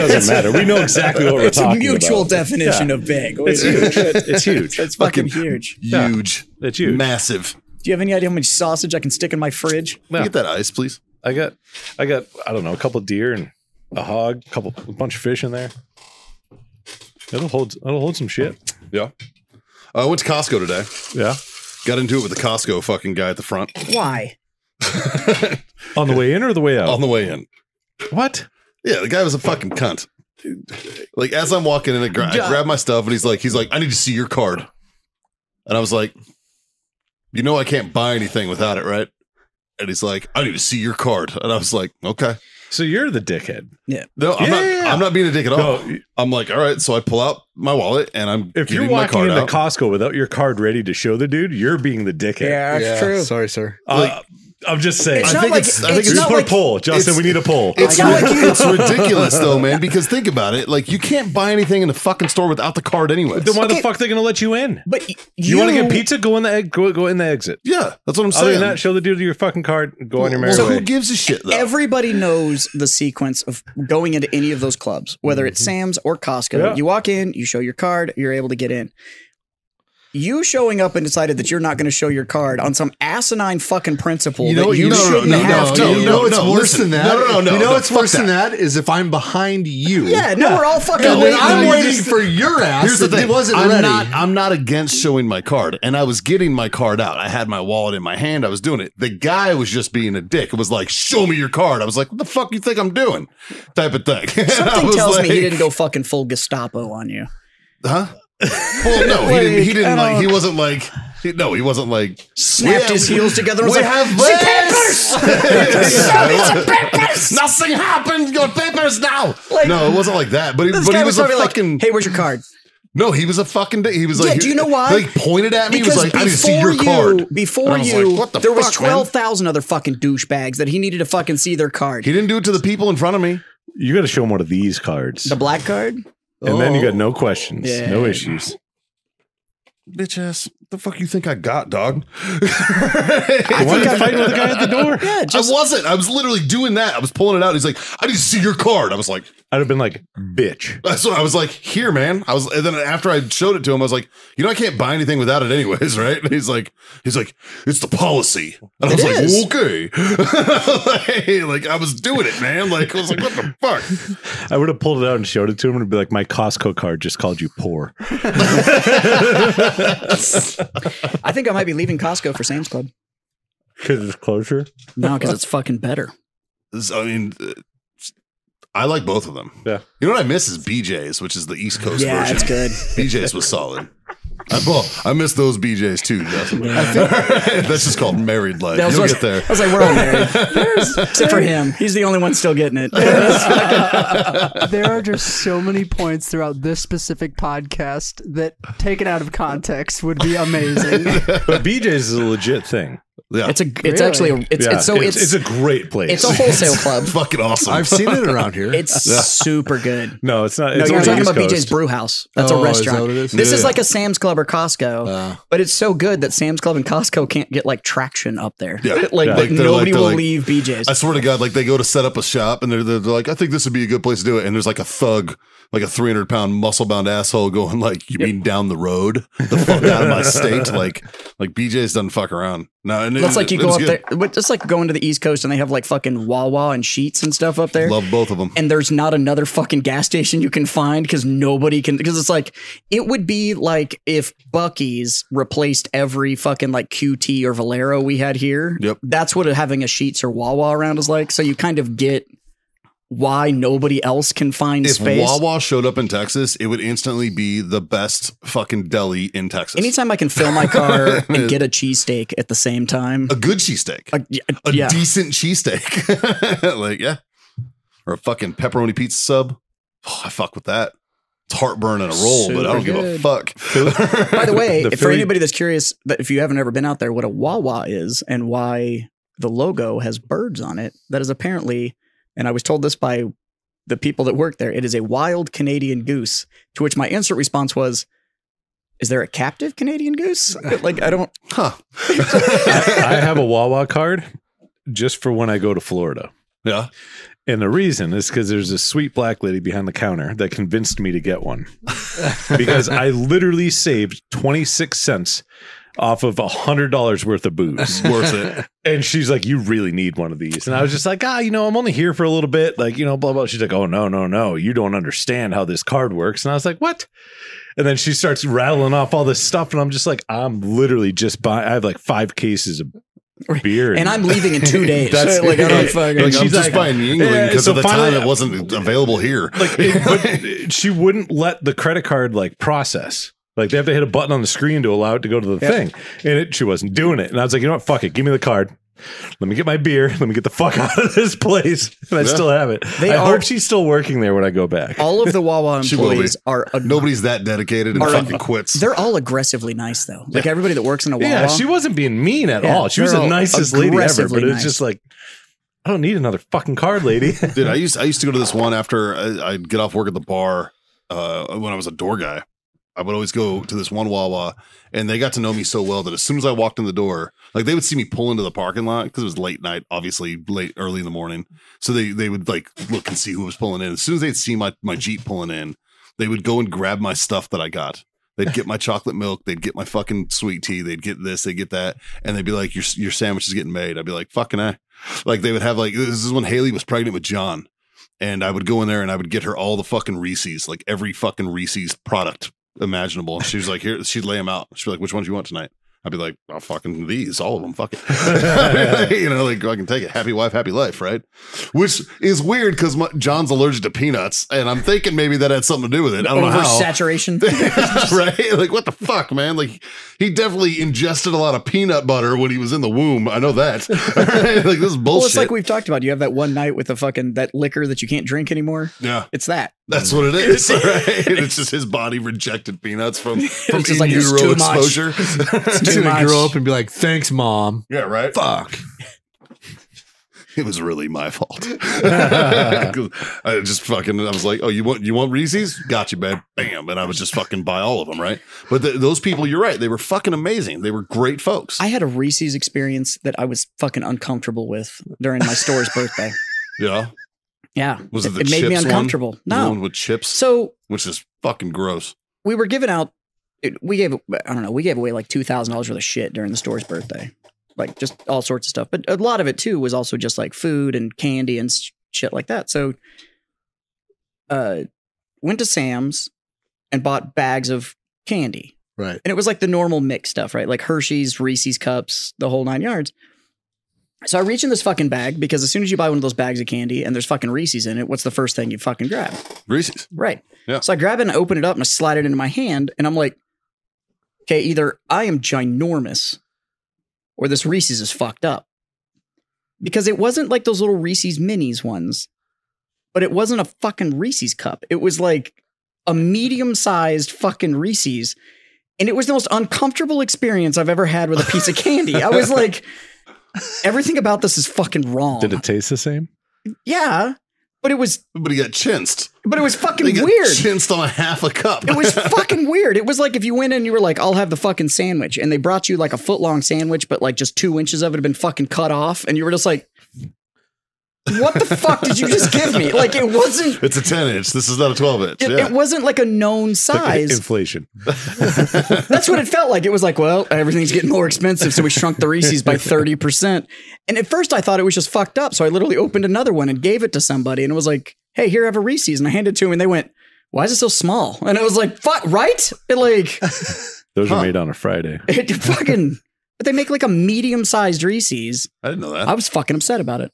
doesn't matter. We know exactly what we're
It's a
talking
mutual
about.
definition
Yeah.
of big.
It's huge. It's huge.
It's fucking huge.
Huge,
It's huge.
massive.
Do you have any idea how much sausage I can stick in my fridge?
Can
No,
you Get that ice, please.
I got, I got, I don't know, a couple of deer and a hog, a couple, a bunch of fish in there. It'll hold, it'll hold some shit.
Yeah. Uh, I went to Costco today.
Yeah.
Got into it with the Costco fucking guy at the front
Why?
On the way in or the way out?
on the way in.
what?
Yeah, the guy was a fucking cunt. Like as I'm walking in, I, gra- I grab my stuff and he's like, he's like, I need to see your card. And I was like, you know, I can't buy anything without it, right? And he's like, I need to see your card. And I was like, okay.
So you're the dickhead.
No, I'm not.
Yeah.
I'm not being a dick at all.
No,
I'm like, all right. So I pull out my wallet and I'm
if you're
getting my
walking
card
into
out.
Costco without your card ready to show the dude, you're being the dickhead.
Yeah, Sorry, sir.
Uh,
Like-
I'm just saying.
It's
I
not
think
like-
it's. I think
it's
it's.
Just
not
put
like-
a poll, Justin.
it's-
we need a poll.
It's,
I got
ri-
like you.
it's ridiculous though, man. Because think about it, like you can't buy anything in the fucking store without the card, anyway.
then why
okay.
the fuck they gonna let you in?
But y-
You,
you,
want to get pizza? Go in the egg. Go, go in the exit.
Yeah, that's what I'm
Other
saying.
than that, show the dude your fucking card. and Go on your merry
so who
way.
gives a shit though?
Everybody knows the sequence of going into any of those clubs, whether it's Sam's or Costco.
Yeah.
You walk in, you show your card, you're able to get in. You showing up and decided that you're not going to show your card on some asinine fucking principle
You know
that
what?
you
You
no,
shouldn't
no, no,
have
no,
to.
you
no,
know what's
no,
worse
listen.
than that?
No, no, no,
You
no,
know what's
fuck
worse than that is if I'm behind you.
Yeah, no, we're all fucking
And then
waiting.
I'm
you
waiting
just-
for your ass.
Here's the
that
thing.
wasn't
I'm
ready.
not. I'm not against showing my card, and I was getting my card out. I had my wallet in my hand. I was doing it. The guy was just being a dick. It was like, "Show me your card." I was like, "What the fuck you think I'm doing?" Type of thing. And I
Something
was
tells me he
like,
didn't go fucking full Gestapo on you.
Huh? Well, no, he didn't. He
Like,
didn't
I
like. He wasn't like. He, no, he wasn't like.
Snapped
"Yeah,
his
we-
heels together and was
we
like,
have
"See
papers. Nothing happened. Your papers now.
Like-
no, it wasn't like that. But he,
This
but
guy
he
was,
was,
probably
a fucking.
like, "Hey, where's your card?"
No, he was a fucking. dick. He was like,
Yeah, do you know why?
Like pointed at me. He was like, I need to see your
you,
card. And
Before
I was
you,
like, what the
there was
fuck, man?
twelve thousand other fucking douchebags that he needed to fucking see their card.
He didn't do it to the people in front of me.
You got to show him one of these cards,
the black card.
and then you got no questions,
Yeah.
no issues.
Bitch ass. The fuck you think I got, dog?
Why are you fighting with the guy at the door?
Yeah, just
I wasn't. I was literally doing that. I was pulling it out. He's like, I need to see your card. I was like,
I'd have been like, bitch.
That's what I was like, here, man. I was, and then after I showed it to him, I was like, you know, I can't buy anything without it, anyways, right? And he's like, he's like, it's the policy, and I was
It is.
like, okay, like, I was doing it, man. Like, I was like, what the fuck?
I would have pulled it out and showed it to him and be like, my Costco card just called you poor.
I think I might be leaving Costco for Sam's Club.
Because it's closure.
No, because it's fucking better.
This- I mean, uh, I like both of them.
Yeah.
you know what I miss is BJ's, which is the East Coast
Yeah,
version.
it's good.
BJ's was solid. I, well, I miss those BJ's too, Justin. That's just called married life. You'll
what-
get there.
I was like, we're all married, except for him. He's the only one still getting it.
there are just so many points throughout this specific podcast that, taken out of context, would be amazing.
But BJ's is a legit thing.
Yeah,
It's a. It's actually. A, it's,
Yeah.
it's so. It's
it's a great place.
it's a wholesale club.
fucking awesome.
I've seen it around here.
It's super good.
no, it's not.
No,
It's
you're
on the
talking
East
about BJ's
Coast.
Brew House. That's
Oh,
a
is
restaurant.
that what it is?
This is
Yeah.
like a Sam's Club or Costco,
Uh.
but it's so good that Sam's Club and Costco can't get like traction up there.
Yeah. Yeah.
like, that
Like, they're like-
nobody
they're
will
like-
leave BJ's.
I swear to God, like they go to set up a shop and they're, they're, they're like, I think this would be a good place to do it. And there's like a thug, like a 300 pound muscle bound asshole going like, you mean down the road? The fuck out of my state? Like, like BJ's doesn't fuck around. No, and it-
That's like you
it
go
was
up
good.
there. what- It's like going to the East Coast and they have like fucking Wawa and Sheets and stuff up there.
Love both of them.
and there's not another fucking gas station you can find because nobody can because it's like it would be like if Bucky's replaced every fucking like QT or Valero we had here.
Yep.
That's what having a Sheets or Wawa around is like. So you kind of get why nobody else can find
if
space.
Wawa showed up in Texas, it would instantly be the best fucking deli in Texas.
Anytime I can fill my car and get a cheesesteak at the same time.
a good cheesesteak,
Uh, yeah,
a
yeah.
decent cheesesteak. like, yeah. Or a fucking pepperoni pizza sub. Oh, I fuck with that. It's heartburn and a roll, but I don't
Super
give a fuck.
By the way,
The
if for
Philly-
anybody that's curious, that if you haven't ever been out there, what a Wawa is and why the logo has birds on it, that is apparently, and I was told this by the people that work there, it is a wild Canadian goose. To which my insert response was, "Is there a captive Canadian goose? like I don't."
Huh.
I have a Wawa card just for when I go to Florida.
Yeah.
And the reason is because there's a sweet black lady behind the counter that convinced me to get one because I literally saved 26 cents off of a hundred dollars worth of booze.
Worth it.
And she's like, "You really need one of these." And I was just like, "Ah, you know, I'm only here for a little bit, like you know, blah blah." She's like, "Oh no, no, no, you don't understand how this card works." And I was like, "What?" And then she starts rattling off all this stuff, and I'm just like, "I'm literally just buying. I have like five cases of beer,
and I'm leaving in two days.
That's-
like, I don't
Yeah.
fucking.
Like,
And
I'm
she's
just
like-
buying the England
Yeah,
because
so
at the
finally-
time it wasn't available here.
like it, but she wouldn't let the credit card like process like they have to hit a button on the screen to allow it to go to the
Yep.
thing and it, she wasn't doing it and i was like you know what fuck it give me the card let me get my beer let me get the fuck out of this place and i
Yeah.
still have it
They
i
are-
hope she's still working there when i go back
All of the Wawa
She will be.
employees are a-
Nobody's that dedicated and
Or-
fucking quits.
They're all aggressively nice though. Like everybody that works in a Wawa.
yeah she wasn't being mean at
Yeah,
all she was
they're
the
all
nicest lady ever
aggressively
but it's
nice.
just like i don't need another fucking card lady
Dude, I used I used to go to this one after I, I'd get off work at the bar uh, when I was a door guy. I would always go to this one Wawa, and they got to know me so well that as soon as I walked in the door, like they would see me pull into the parking lot because it was late night, obviously late early in the morning. So they they would like look and see who was pulling in. As soon as they'd see my my jeep pulling in, they would go and grab my stuff that I got. They'd get my chocolate milk. They'd get my fucking sweet tea. They'd get this. They'd get that. And they'd be like, "Your your sandwich is getting made." I'd be like, "Fucking I." Like they would have like this is when Haley was pregnant with John, and I would go in there and I would get her all the fucking Reese's, like every fucking Reese's product imaginable. And she was like, "Here," she'd lay them out. She'd be like, "Which ones you want tonight?" I'd be like, "I'll fucking these, all of them, fuck it." you know, like I can take it. Happy wife, happy life, right? Which is weird because John's allergic to peanuts, and I'm thinking maybe that had something to do with it. I don't know how.
Oversaturation.
right? Like, what the fuck, man? Like, he definitely ingested a lot of peanut butter when he was in the womb. I know that. Right? Like, this is bullshit.
well, it's like we've talked about. You have that one night with the fucking that liquor that you can't drink anymore.
yeah,
It's that.
that's what it is. Right? It's just his body rejected peanuts from from
just
in
like, it's
utero
too much.
exposure.
It's
She's
too
gonna
much.
grow up and be like, "Thanks, mom."
yeah, right.
Fuck.
It was really my fault. 'Cause I just fucking. I was like, oh, you want you want Reese's? Got you, babe. Bam, and I was just fucking buy all of them, right? But th- those people, you're right. They were fucking amazing. They were great folks.
I had a Reese's experience that I was fucking uncomfortable with during my store's birthday.
yeah.
Yeah.
Was it the
it made me
chips one?
uncomfortable.
The
No.
one with chips.
So
which is fucking gross.
we were giving out it- we gave i don't know we gave away like $2000 worth of shit during the store's birthday like just all sorts of stuff but a lot of it too was also just like food and candy and sh- shit like that so uh went to sam's and bought bags of candy
Right.
and it was like the normal mix stuff, right? Like Hershey's, Reese's cups, the whole nine yards. So I reach in this fucking bag because as soon as you buy one of those bags of candy and there's fucking Reese's in it, what's the first thing you fucking grab?
Reese's.
Right.
Yeah.
So I grab it and I open it up and I slide it into my hand and I'm like, okay, either I am ginormous or this Reese's is fucked up. Because it wasn't like those little Reese's minis ones, but it wasn't a fucking Reese's cup. It was like a medium sized fucking Reese's. And it was the most uncomfortable experience I've ever had with a piece of candy. I was like, everything about this is fucking wrong.
did it taste the same
yeah. But it was,
But he got chintzed.
but it was
They
fucking
got
weird.
chintzed on a half a cup.
It was fucking weird. It was like if you went in and you were like, I'll have the fucking sandwich. And they brought you like a foot long sandwich, but like just two inches of it had been fucking cut off. And you were just like, what the fuck did you just give me? Like it wasn't,
it's a 10 inch. This is not a 12 inch.
it,
yeah.
it wasn't like a known size.
inflation
That's what it felt like. It was like, well, everything's getting more expensive. So we shrunk the Reese's by 30%. And at first I thought it was just fucked up. So I literally opened another one and gave it to somebody and it was like, hey, here, have a Reese's. And I handed it to him and they went, why is it so small? And I was like, fuck, right? It like,
those
Huh.
are made on a friday
It fucking. But they make like a medium sized Reese's.
I didn't know that.
I was fucking upset about it.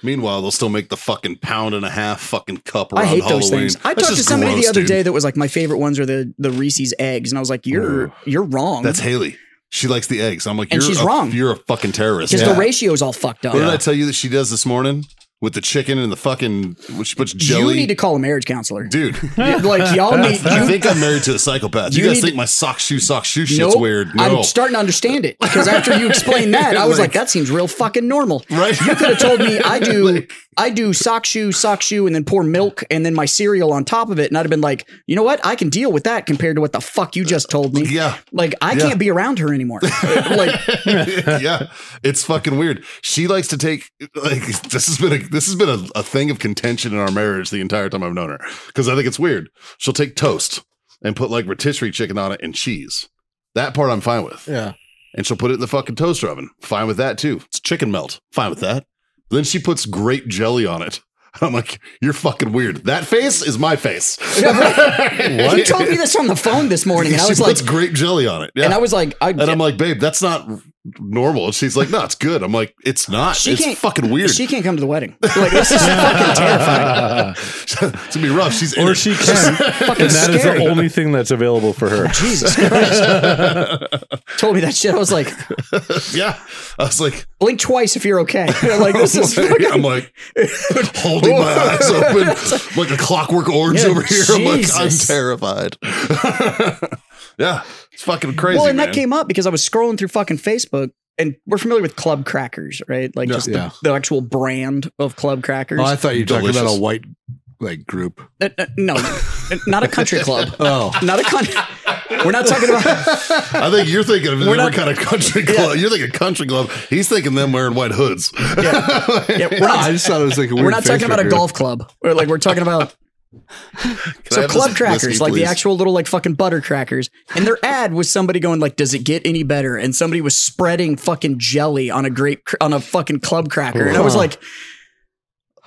Meanwhile, they'll still make the fucking pound and a half fucking cup around
I hate
Halloween.
those things. I
That's
talked to
just
somebody
gross,
the other
dude.
day that was like, my favorite ones are the the Reese's eggs, and I was like, you're
Ooh.
you're wrong.
That's Haley. She likes the eggs. I'm like,
And
you're
she's
a,
wrong.
You're a fucking terrorist.
because
Yeah.
the ratio's all fucked up.
What did I tell you that she does this morning with the chicken and the fucking, when she puts jelly?
You need to call a marriage counselor.
dude,
like y'all need
I
you.
think I'm married to a psychopath. You,
You
guys
need
think
to-
my sock shoe, sock shoe shit's
Nope.
weird. No.
I'm starting to understand it because after you explained that, I was like,
Like-
"That seems real fucking normal."
Right?
You could have told me I do I do sock shoe, sock shoe, and then pour milk and then my cereal on top of it, and I'd have been like, you know what? I can deal with that compared to what the fuck you just told me.
Yeah.
Like I
Yeah.
can't be around her anymore. like
yeah, it's fucking weird. She likes to take like this has been a this has been a, a thing of contention in our marriage the entire time I've known her because I think it's weird. She'll take toast and put like rotisserie chicken on it and cheese. That part I'm fine with.
Yeah.
and she'll put it in the fucking toaster oven. Fine with that too. It's chicken melt. Fine with that. Then she puts grape jelly on it. I'm like, you're fucking weird. That face is my face.
He told me this on the phone this morning, and I
she
was like,
puts grape jelly on it. Yeah.
and I was like, I,
And I'm like, babe, that's not normal. And she's like, no, it's good. I'm like, it's not.
She
it's
can't-
fucking weird.
she can't come to the wedding. Like this is fucking terrifying.
it's gonna be rough. She's in
Or
it.
she can. and that is
scary.
the only thing that's available for her.
Jesus Christ. Told me that shit. I was like,
yeah. I was like,
blink twice if you're okay. like this is
I'm
fucking
like holding my eyes open like a clockwork orange
Yeah,
over here. I'm like, I'm
Jesus.
terrified. yeah. It's fucking crazy.
Well, and
man.
that came up because I was scrolling through fucking Facebook and we're familiar with club crackers, right? Like
Yeah.
just
Yeah.
The, the actual brand of club crackers.
Oh, I thought you were talking about
Delicious.
a white like group.
Uh, uh, no, not a country club.
Oh,
Not a country. We're not talking about.
I think you're thinking of a
We're
different
not-
kind of country club. You're thinking country club. He's thinking them wearing white hoods.
Yeah, we're
no, I
not,
just thought it was like a weird
we're not talking
Facebook
about a
group.
golf club. We're like we're talking about
I
So
have
club
this
crackers,
whiskey,
like the
please?
actual little like fucking butter crackers, and their ad was somebody going like, "Does it get any better?" And somebody was spreading fucking jelly on a grape cr- on a fucking club cracker, and I was
Huh.
like,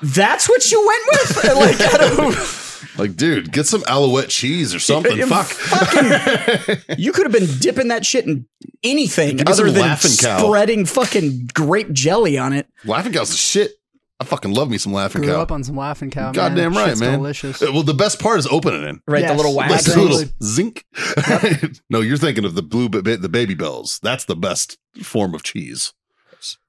"That's what you went with?" And, like, I don't,
Like, dude, get some Alouette cheese or something.
It- it-
Fuck.
you could have been dipping that shit in anything
Give me some
other than
Laughing Cow.
spreading fucking grape jelly on it.
laughing cow's the shit. I fucking love me some laughing
Grew
cow.
up on some laughing cow.
Goddamn
man.
right,
Shit's
man.
Delicious.
Uh, Well, the best part is opening it.
Right, the
Yes.
little
Like
wax.
the little
Absolutely.
zinc. no, you're thinking of the blue ba- ba- the baby bells. That's the best form of cheese.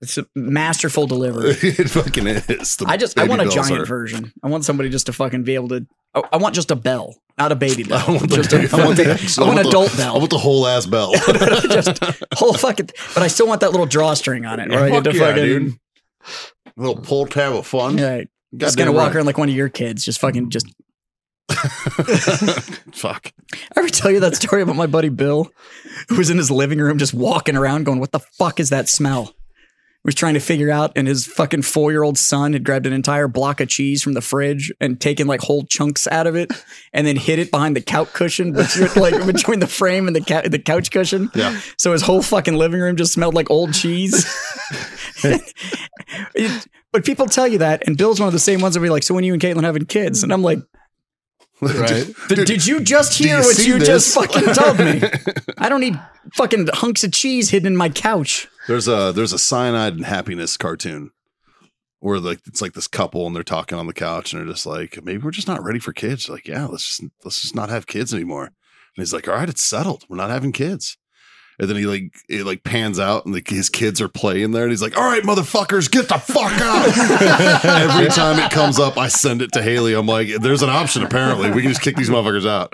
It's a masterful delivery.
it fucking is. The
I just I
Baby
want a
Bells
giant
are-
version. I want somebody just to fucking be able to. I, I want just a bell, not a baby bell.
I want, the,
Just
I,
a-
want the,
I want
the-
adult
I
bell.
want the whole ass bell.
just whole fucking. But I still want that little drawstring on it. Where I
Fuck
get to
yeah,
fucking.
dude. little pull tab of fun.
Yeah, just
Goddamn
gonna walk
right.
around like one of your kids, just fucking. Just
Fuck.
I ever tell you that story about my buddy Bill, who was in his living room just walking around, going, "What the fuck is that smell?" He was trying to figure out, and his fucking four-year-old son had grabbed an entire block of cheese from the fridge and taken like whole chunks out of it, and then hid it behind the couch cushion, between, like between the frame and the cou- the couch cushion.
Yeah.
So his whole fucking living room just smelled like old cheese. It- but people tell you that, and Bill's one of the same ones that be like, "So when are you and Caitlin having kids?" And I'm like,
right?
"Did- "Did you just hear
you
what
see
you
this?"
just fucking told me? I don't need fucking hunks of cheese hidden in my couch."
There's a there's a cyanide and happiness cartoon where like it's like this couple and they're talking on the couch and they're just like, maybe we're just not ready for kids. Like, yeah, let's just let's just not have kids anymore. And he's like, all right, it's settled. We're not having kids. And then he like it like pans out and like his kids are playing there and he's like, all right, motherfuckers, get the fuck out. Every time it comes up, I send it to Haley. I'm like, there's an option apparently. We can just kick these motherfuckers out.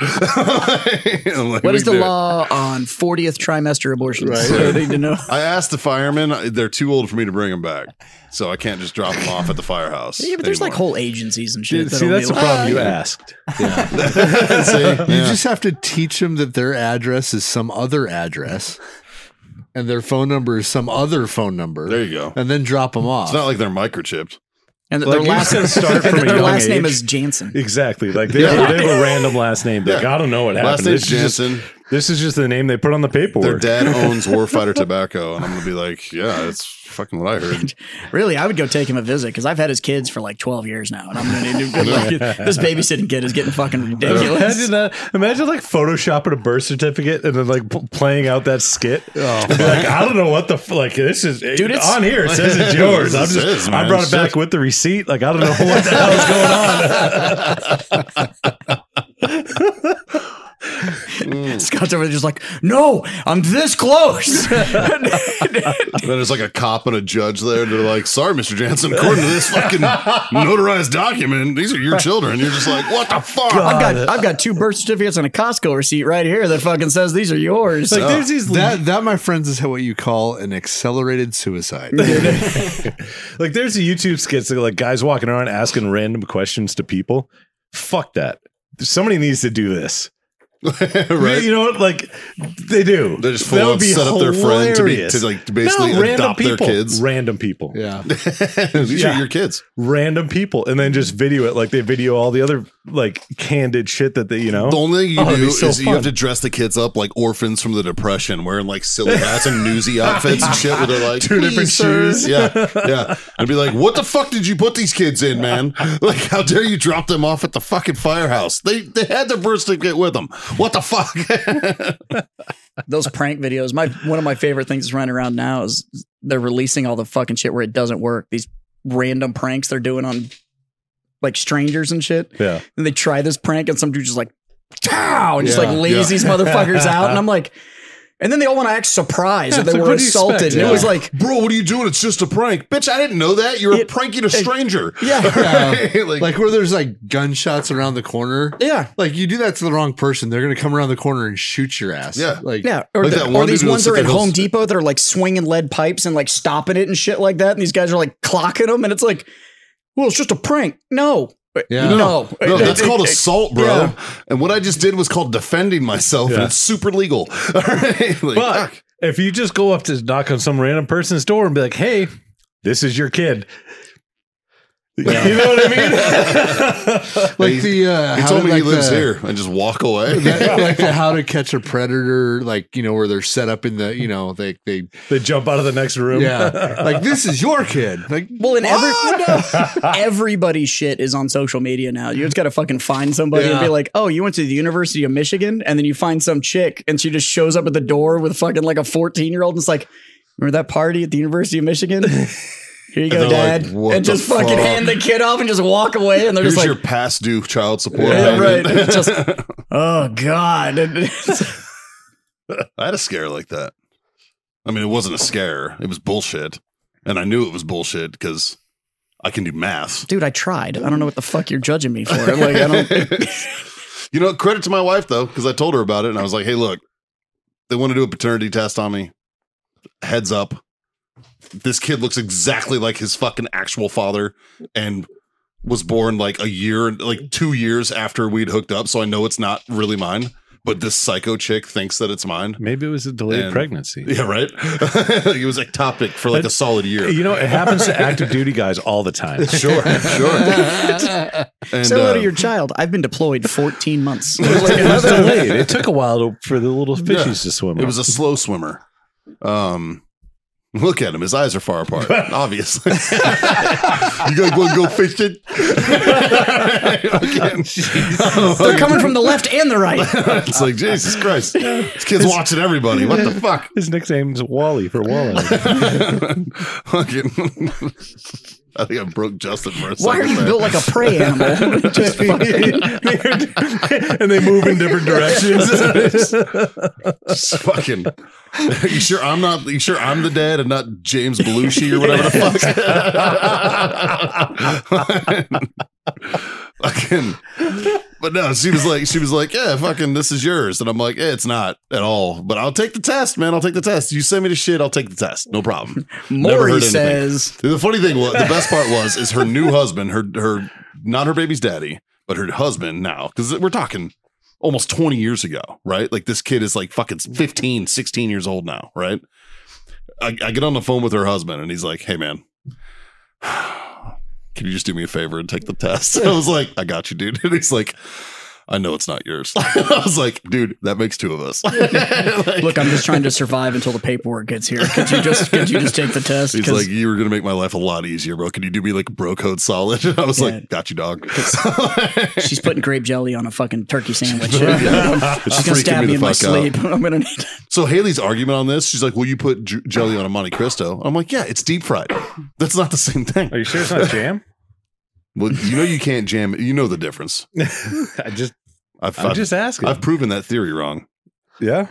I'm like,
What
"We
is
can
the
do it."
law on 40th trimester abortions?
Right.
I need to know.
I asked the firemen; uh, they're too old for me to bring them back, so I can't just drop them off at the firehouse.
Yeah, but there's like
anymore.
whole agencies and shit.
Dude, see, that's the problem. You asked.
See?
You
Yeah.
just have to teach them that their address is some other address, and their phone number is some other phone number.
there you go.
and then drop them off.
It's not like they're microchipped.
And
Like,
their
you
last,
said start
and
from a
their
young
last name
age.
is Jansen.
Exactly. Like they,
Yeah.
have, they have a random last name. Like
Yeah.
I don't know what happened.
Last name's
This is just-
Jansen.
This is just the name they put on the
Their
paperwork.
dad owns Warfighter Tobacco, and I'm gonna be like, yeah, that's fucking what I heard.
Really, I would go take him a visit because I've had his kids for like 12 years now, and I'm gonna need to like, this babysitting kid is getting fucking ridiculous.
Imagine that. Imagine like photoshopping a birth certificate and then like p- playing out that skit.
Oh,
And be like I don't know what the f- like this is
Dude, it's-
on here. It says it's yours. I'm
This
just
is,
I
man.
brought
It's
it back
just-
with the receipt. Like I don't know what the hell is going on.
Scott's over there just like, no, I'm this close.
then there's like a cop and a judge there, and they're like, sorry, Mr. Jansen, according to this fucking notarized document, these are your children. You're just like, what the fuck?
I've got I've got two birth certificates and a Costco receipt right here that fucking says these are yours.
Like there's these
that that, my friends, is what you call an accelerated suicide.
like there's a YouTube skits that like guys walking around asking random questions to people. Fuck that. Somebody needs to do this.
right?
You know what? Like they do.
they just full on set up their friend to be
hilarious.
to like to basically
No, random
adopt their
people.
kids.
Random people.
yeah,
these are
Yeah.
your kids.
Random people. And then just video it like they video all the other like candid shit that they, you know.
The only thing you
Oh, that'd
do
be so
is you have
fun.
to dress the kids up like orphans from the Depression, wearing like silly hats and newsy outfits and shit, where they're like
Two different
"Please, sir."
shoes.
Yeah, yeah. And be like, "What the fuck did you put these kids in, man? Like, how dare you drop them off at the fucking firehouse? They they had their birth certificate with them. What the fuck?"
those prank videos. My one of my favorite things that's running around now is they're releasing all the fucking shit where it doesn't work. These random pranks they're doing on like strangers and shit.
Yeah.
And they try this prank and some dude just like Tow! and just
Yeah,
like lays
yeah.
these motherfuckers out. And I'm like, and then they all want to act surprised
Yeah,
that
it's
they
like,
were
what do you
assaulted.
expect?
And
Yeah.
it was like,
Bro, what are you doing? It's just a prank, bitch. I didn't know that. You're
It-
pranking a stranger.
yeah,
Right? like,
Like where there's like gunshots around the corner.
yeah,
Like you do that to the wrong person, they're gonna come around the corner and shoot your ass.
Yeah.
Like
yeah. Or,
Like
the-
that
or
one
these
dude who
ones that are
was
at
at
Home
those-
Depot that are like swinging lead pipes and like stopping it and shit like that. And these guys are like clocking them. And it's like, well, it's just a prank. No.
Yeah.
No.
no,
It-
that's
it-
called
it-
assault, bro.
yeah.
And what I just did was called defending myself, and
Yeah.
it's super legal. All right, like,
But if you just go up to knock on some random person's door and be like, "Hey, this is your kid," you know what I mean?
Like the uh
He
how
told
did,
me he
like,
lives
the-
here and just walk away.
that- like the how to catch a predator, like you know, where they're set up in the you know, they they
they jump out of the next room.
yeah, like this is your kid, like
Well, in every everybody's shit is on social media now. You just got to fucking find somebody and
Yeah.
be like, "Oh, you went to the University of Michigan," and then you find some chick and she just shows up at the door with fucking like a fourteen year old and it's like, "Remember that party at the University of Michigan?" Here you go,
And they're like,
Dad,
"What
and
the
just fucking
fuck?"
hand the kid off and just walk away, and they're
Here's
just
your
like.
past due child support.
Yeah, right.
payment.
It's just, oh God! It's-
I had a scare like that. I mean, it wasn't a scare. It was bullshit, and I knew it was bullshit because I can do math.
dude, I tried. I don't know what the fuck you're judging me for. Like, I don't.
you know, credit to my wife though, because I told her about it, and I was like, "Hey, look, they want to do a paternity test on me. Heads up, this kid looks exactly like his fucking actual father, and was born like a year, like two years after we'd hooked up. So I know it's not really mine, but this psycho chick thinks that it's mine.
Maybe it was a delayed
And-
pregnancy.
Yeah, right. it was ectopic for like a solid year.
You know, it happens to active duty guys all the time.
Sure, sure. And,
Say hello
uh,
to your child. I've been deployed 14 months.
Like, it was delayed. It took a while to- for the little
Yeah.
fishies to swim.
It was a slow swimmer. Um, look at him; his eyes are far apart. obviously, you guys want to go fishing? Oh,
They're coming from the left and the right.
it's like Jesus Christ! This kid's watching everybody. What the fuck?
His nickname's Wally for Wally.
Fucking- I think I broke Justin for a second.
Why are you
there.
built like a prey animal? Just fucking-
and they move in different directions.
Just fucking? you sure I'm not? You sure I'm the dad and not James Belushi or whatever the fuck? fucking. But no, she was like, she was like, yeah, fucking, this is yours, and I'm like, eh, it's not at all. But I'll take the test, man. I'll take the test. You send me the shit, I'll take the test. No problem. Never
Maury
heard anything.
says,
The funny thing was, the best part was, is her new husband, her her not her baby's daddy, but her husband now, because we're talking almost 20 years ago, right? Like this kid is like fucking 15, 16 years old now, right? I, I get on the phone with her husband and he's like, hey man, can you just do me a favor and take the test? I was like, I got you, dude. And he's like, I know it's not yours. I was like, dude, that makes two of us. Like-
"Look, I'm just trying to survive until the paperwork gets here. Could you just could you just take the test?"
He's
'Cause
like, you were gonna make my life a lot easier, bro. Can you do me like bro code solid? I was
Yeah.
like, got you, dog.
she's putting grape jelly on a fucking turkey sandwich. she's
Yeah. It's
gonna
freaking me
stab me
the
in my
fuck out.
sleep. I'm gonna need.
So Haley's argument on this, she's like, "Will you put j- jelly on a Monte Cristo?" I'm like, "Yeah, it's deep fried. That's not the same thing."
Are you sure it's not jam?
Well, you know you can't jam it. You know the difference.
I just,
I've
I'm
I've,
just asking.
I've proven that theory wrong.
yeah,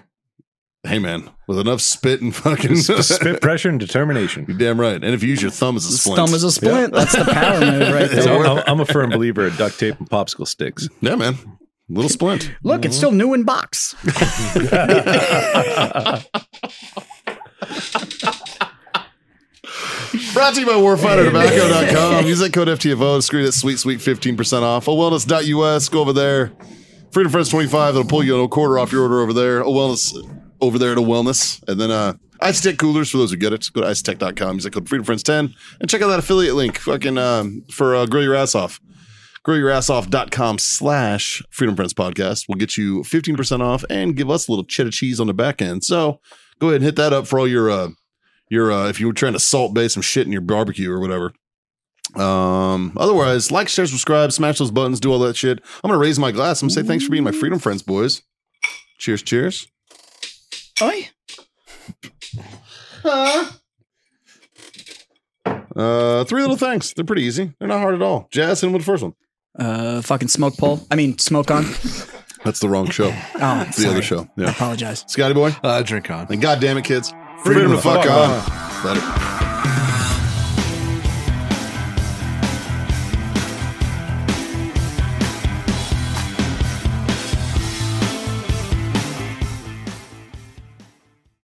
Hey man, with enough spit and fucking
Sp- spit pressure and determination.
you're damn right. And if you use your thumb as a splint,
Thumb is a splint. That's the power move right
It's
So
there.
work.
I'm, I'm a firm believer of duct tape and popsicle sticks.
yeah, man, little splint.
Look, it's still new in box.
Brought to you by WarfighterTobacco.com. Use that code FTFO. Screw that sweet, sweet 15% off. Oh, wellness.us. Go over there. Freedom Friends 25. That'll pull you a quarter off your order over there. Oh, wellness over there to wellness. And then uh Ice Tech coolers for those who get it. Go to icetech.com. Use that code Freedom Friends 10 and check out that affiliate link fucking um, for uh, grill your ass off. growyourass.com slash Freedom Friends Podcast. We'll get you 15% off and give us a little cheddar cheese on the back end. So go ahead and hit that up for all your, uh, your, uh, if you were trying to salt base some shit in your barbecue or whatever. Um, otherwise, like, share, subscribe, smash those buttons, do all that shit. I'm going to raise my glass. I'm going to say thanks for being my Freedom Friends, boys. Cheers, cheers.
Oi.
Uh, three little things. They're pretty easy. They're not hard at all. Jazz, hit him with the first one.
Uh, fucking smoke pole. I mean, smoke on.
That's the wrong show.
Oh,
It's the other show.
I
Yeah.
apologize.
Scotty boy.
Uh, drink on.
And goddamn it, kids. Freedom, to fuck, on. Later.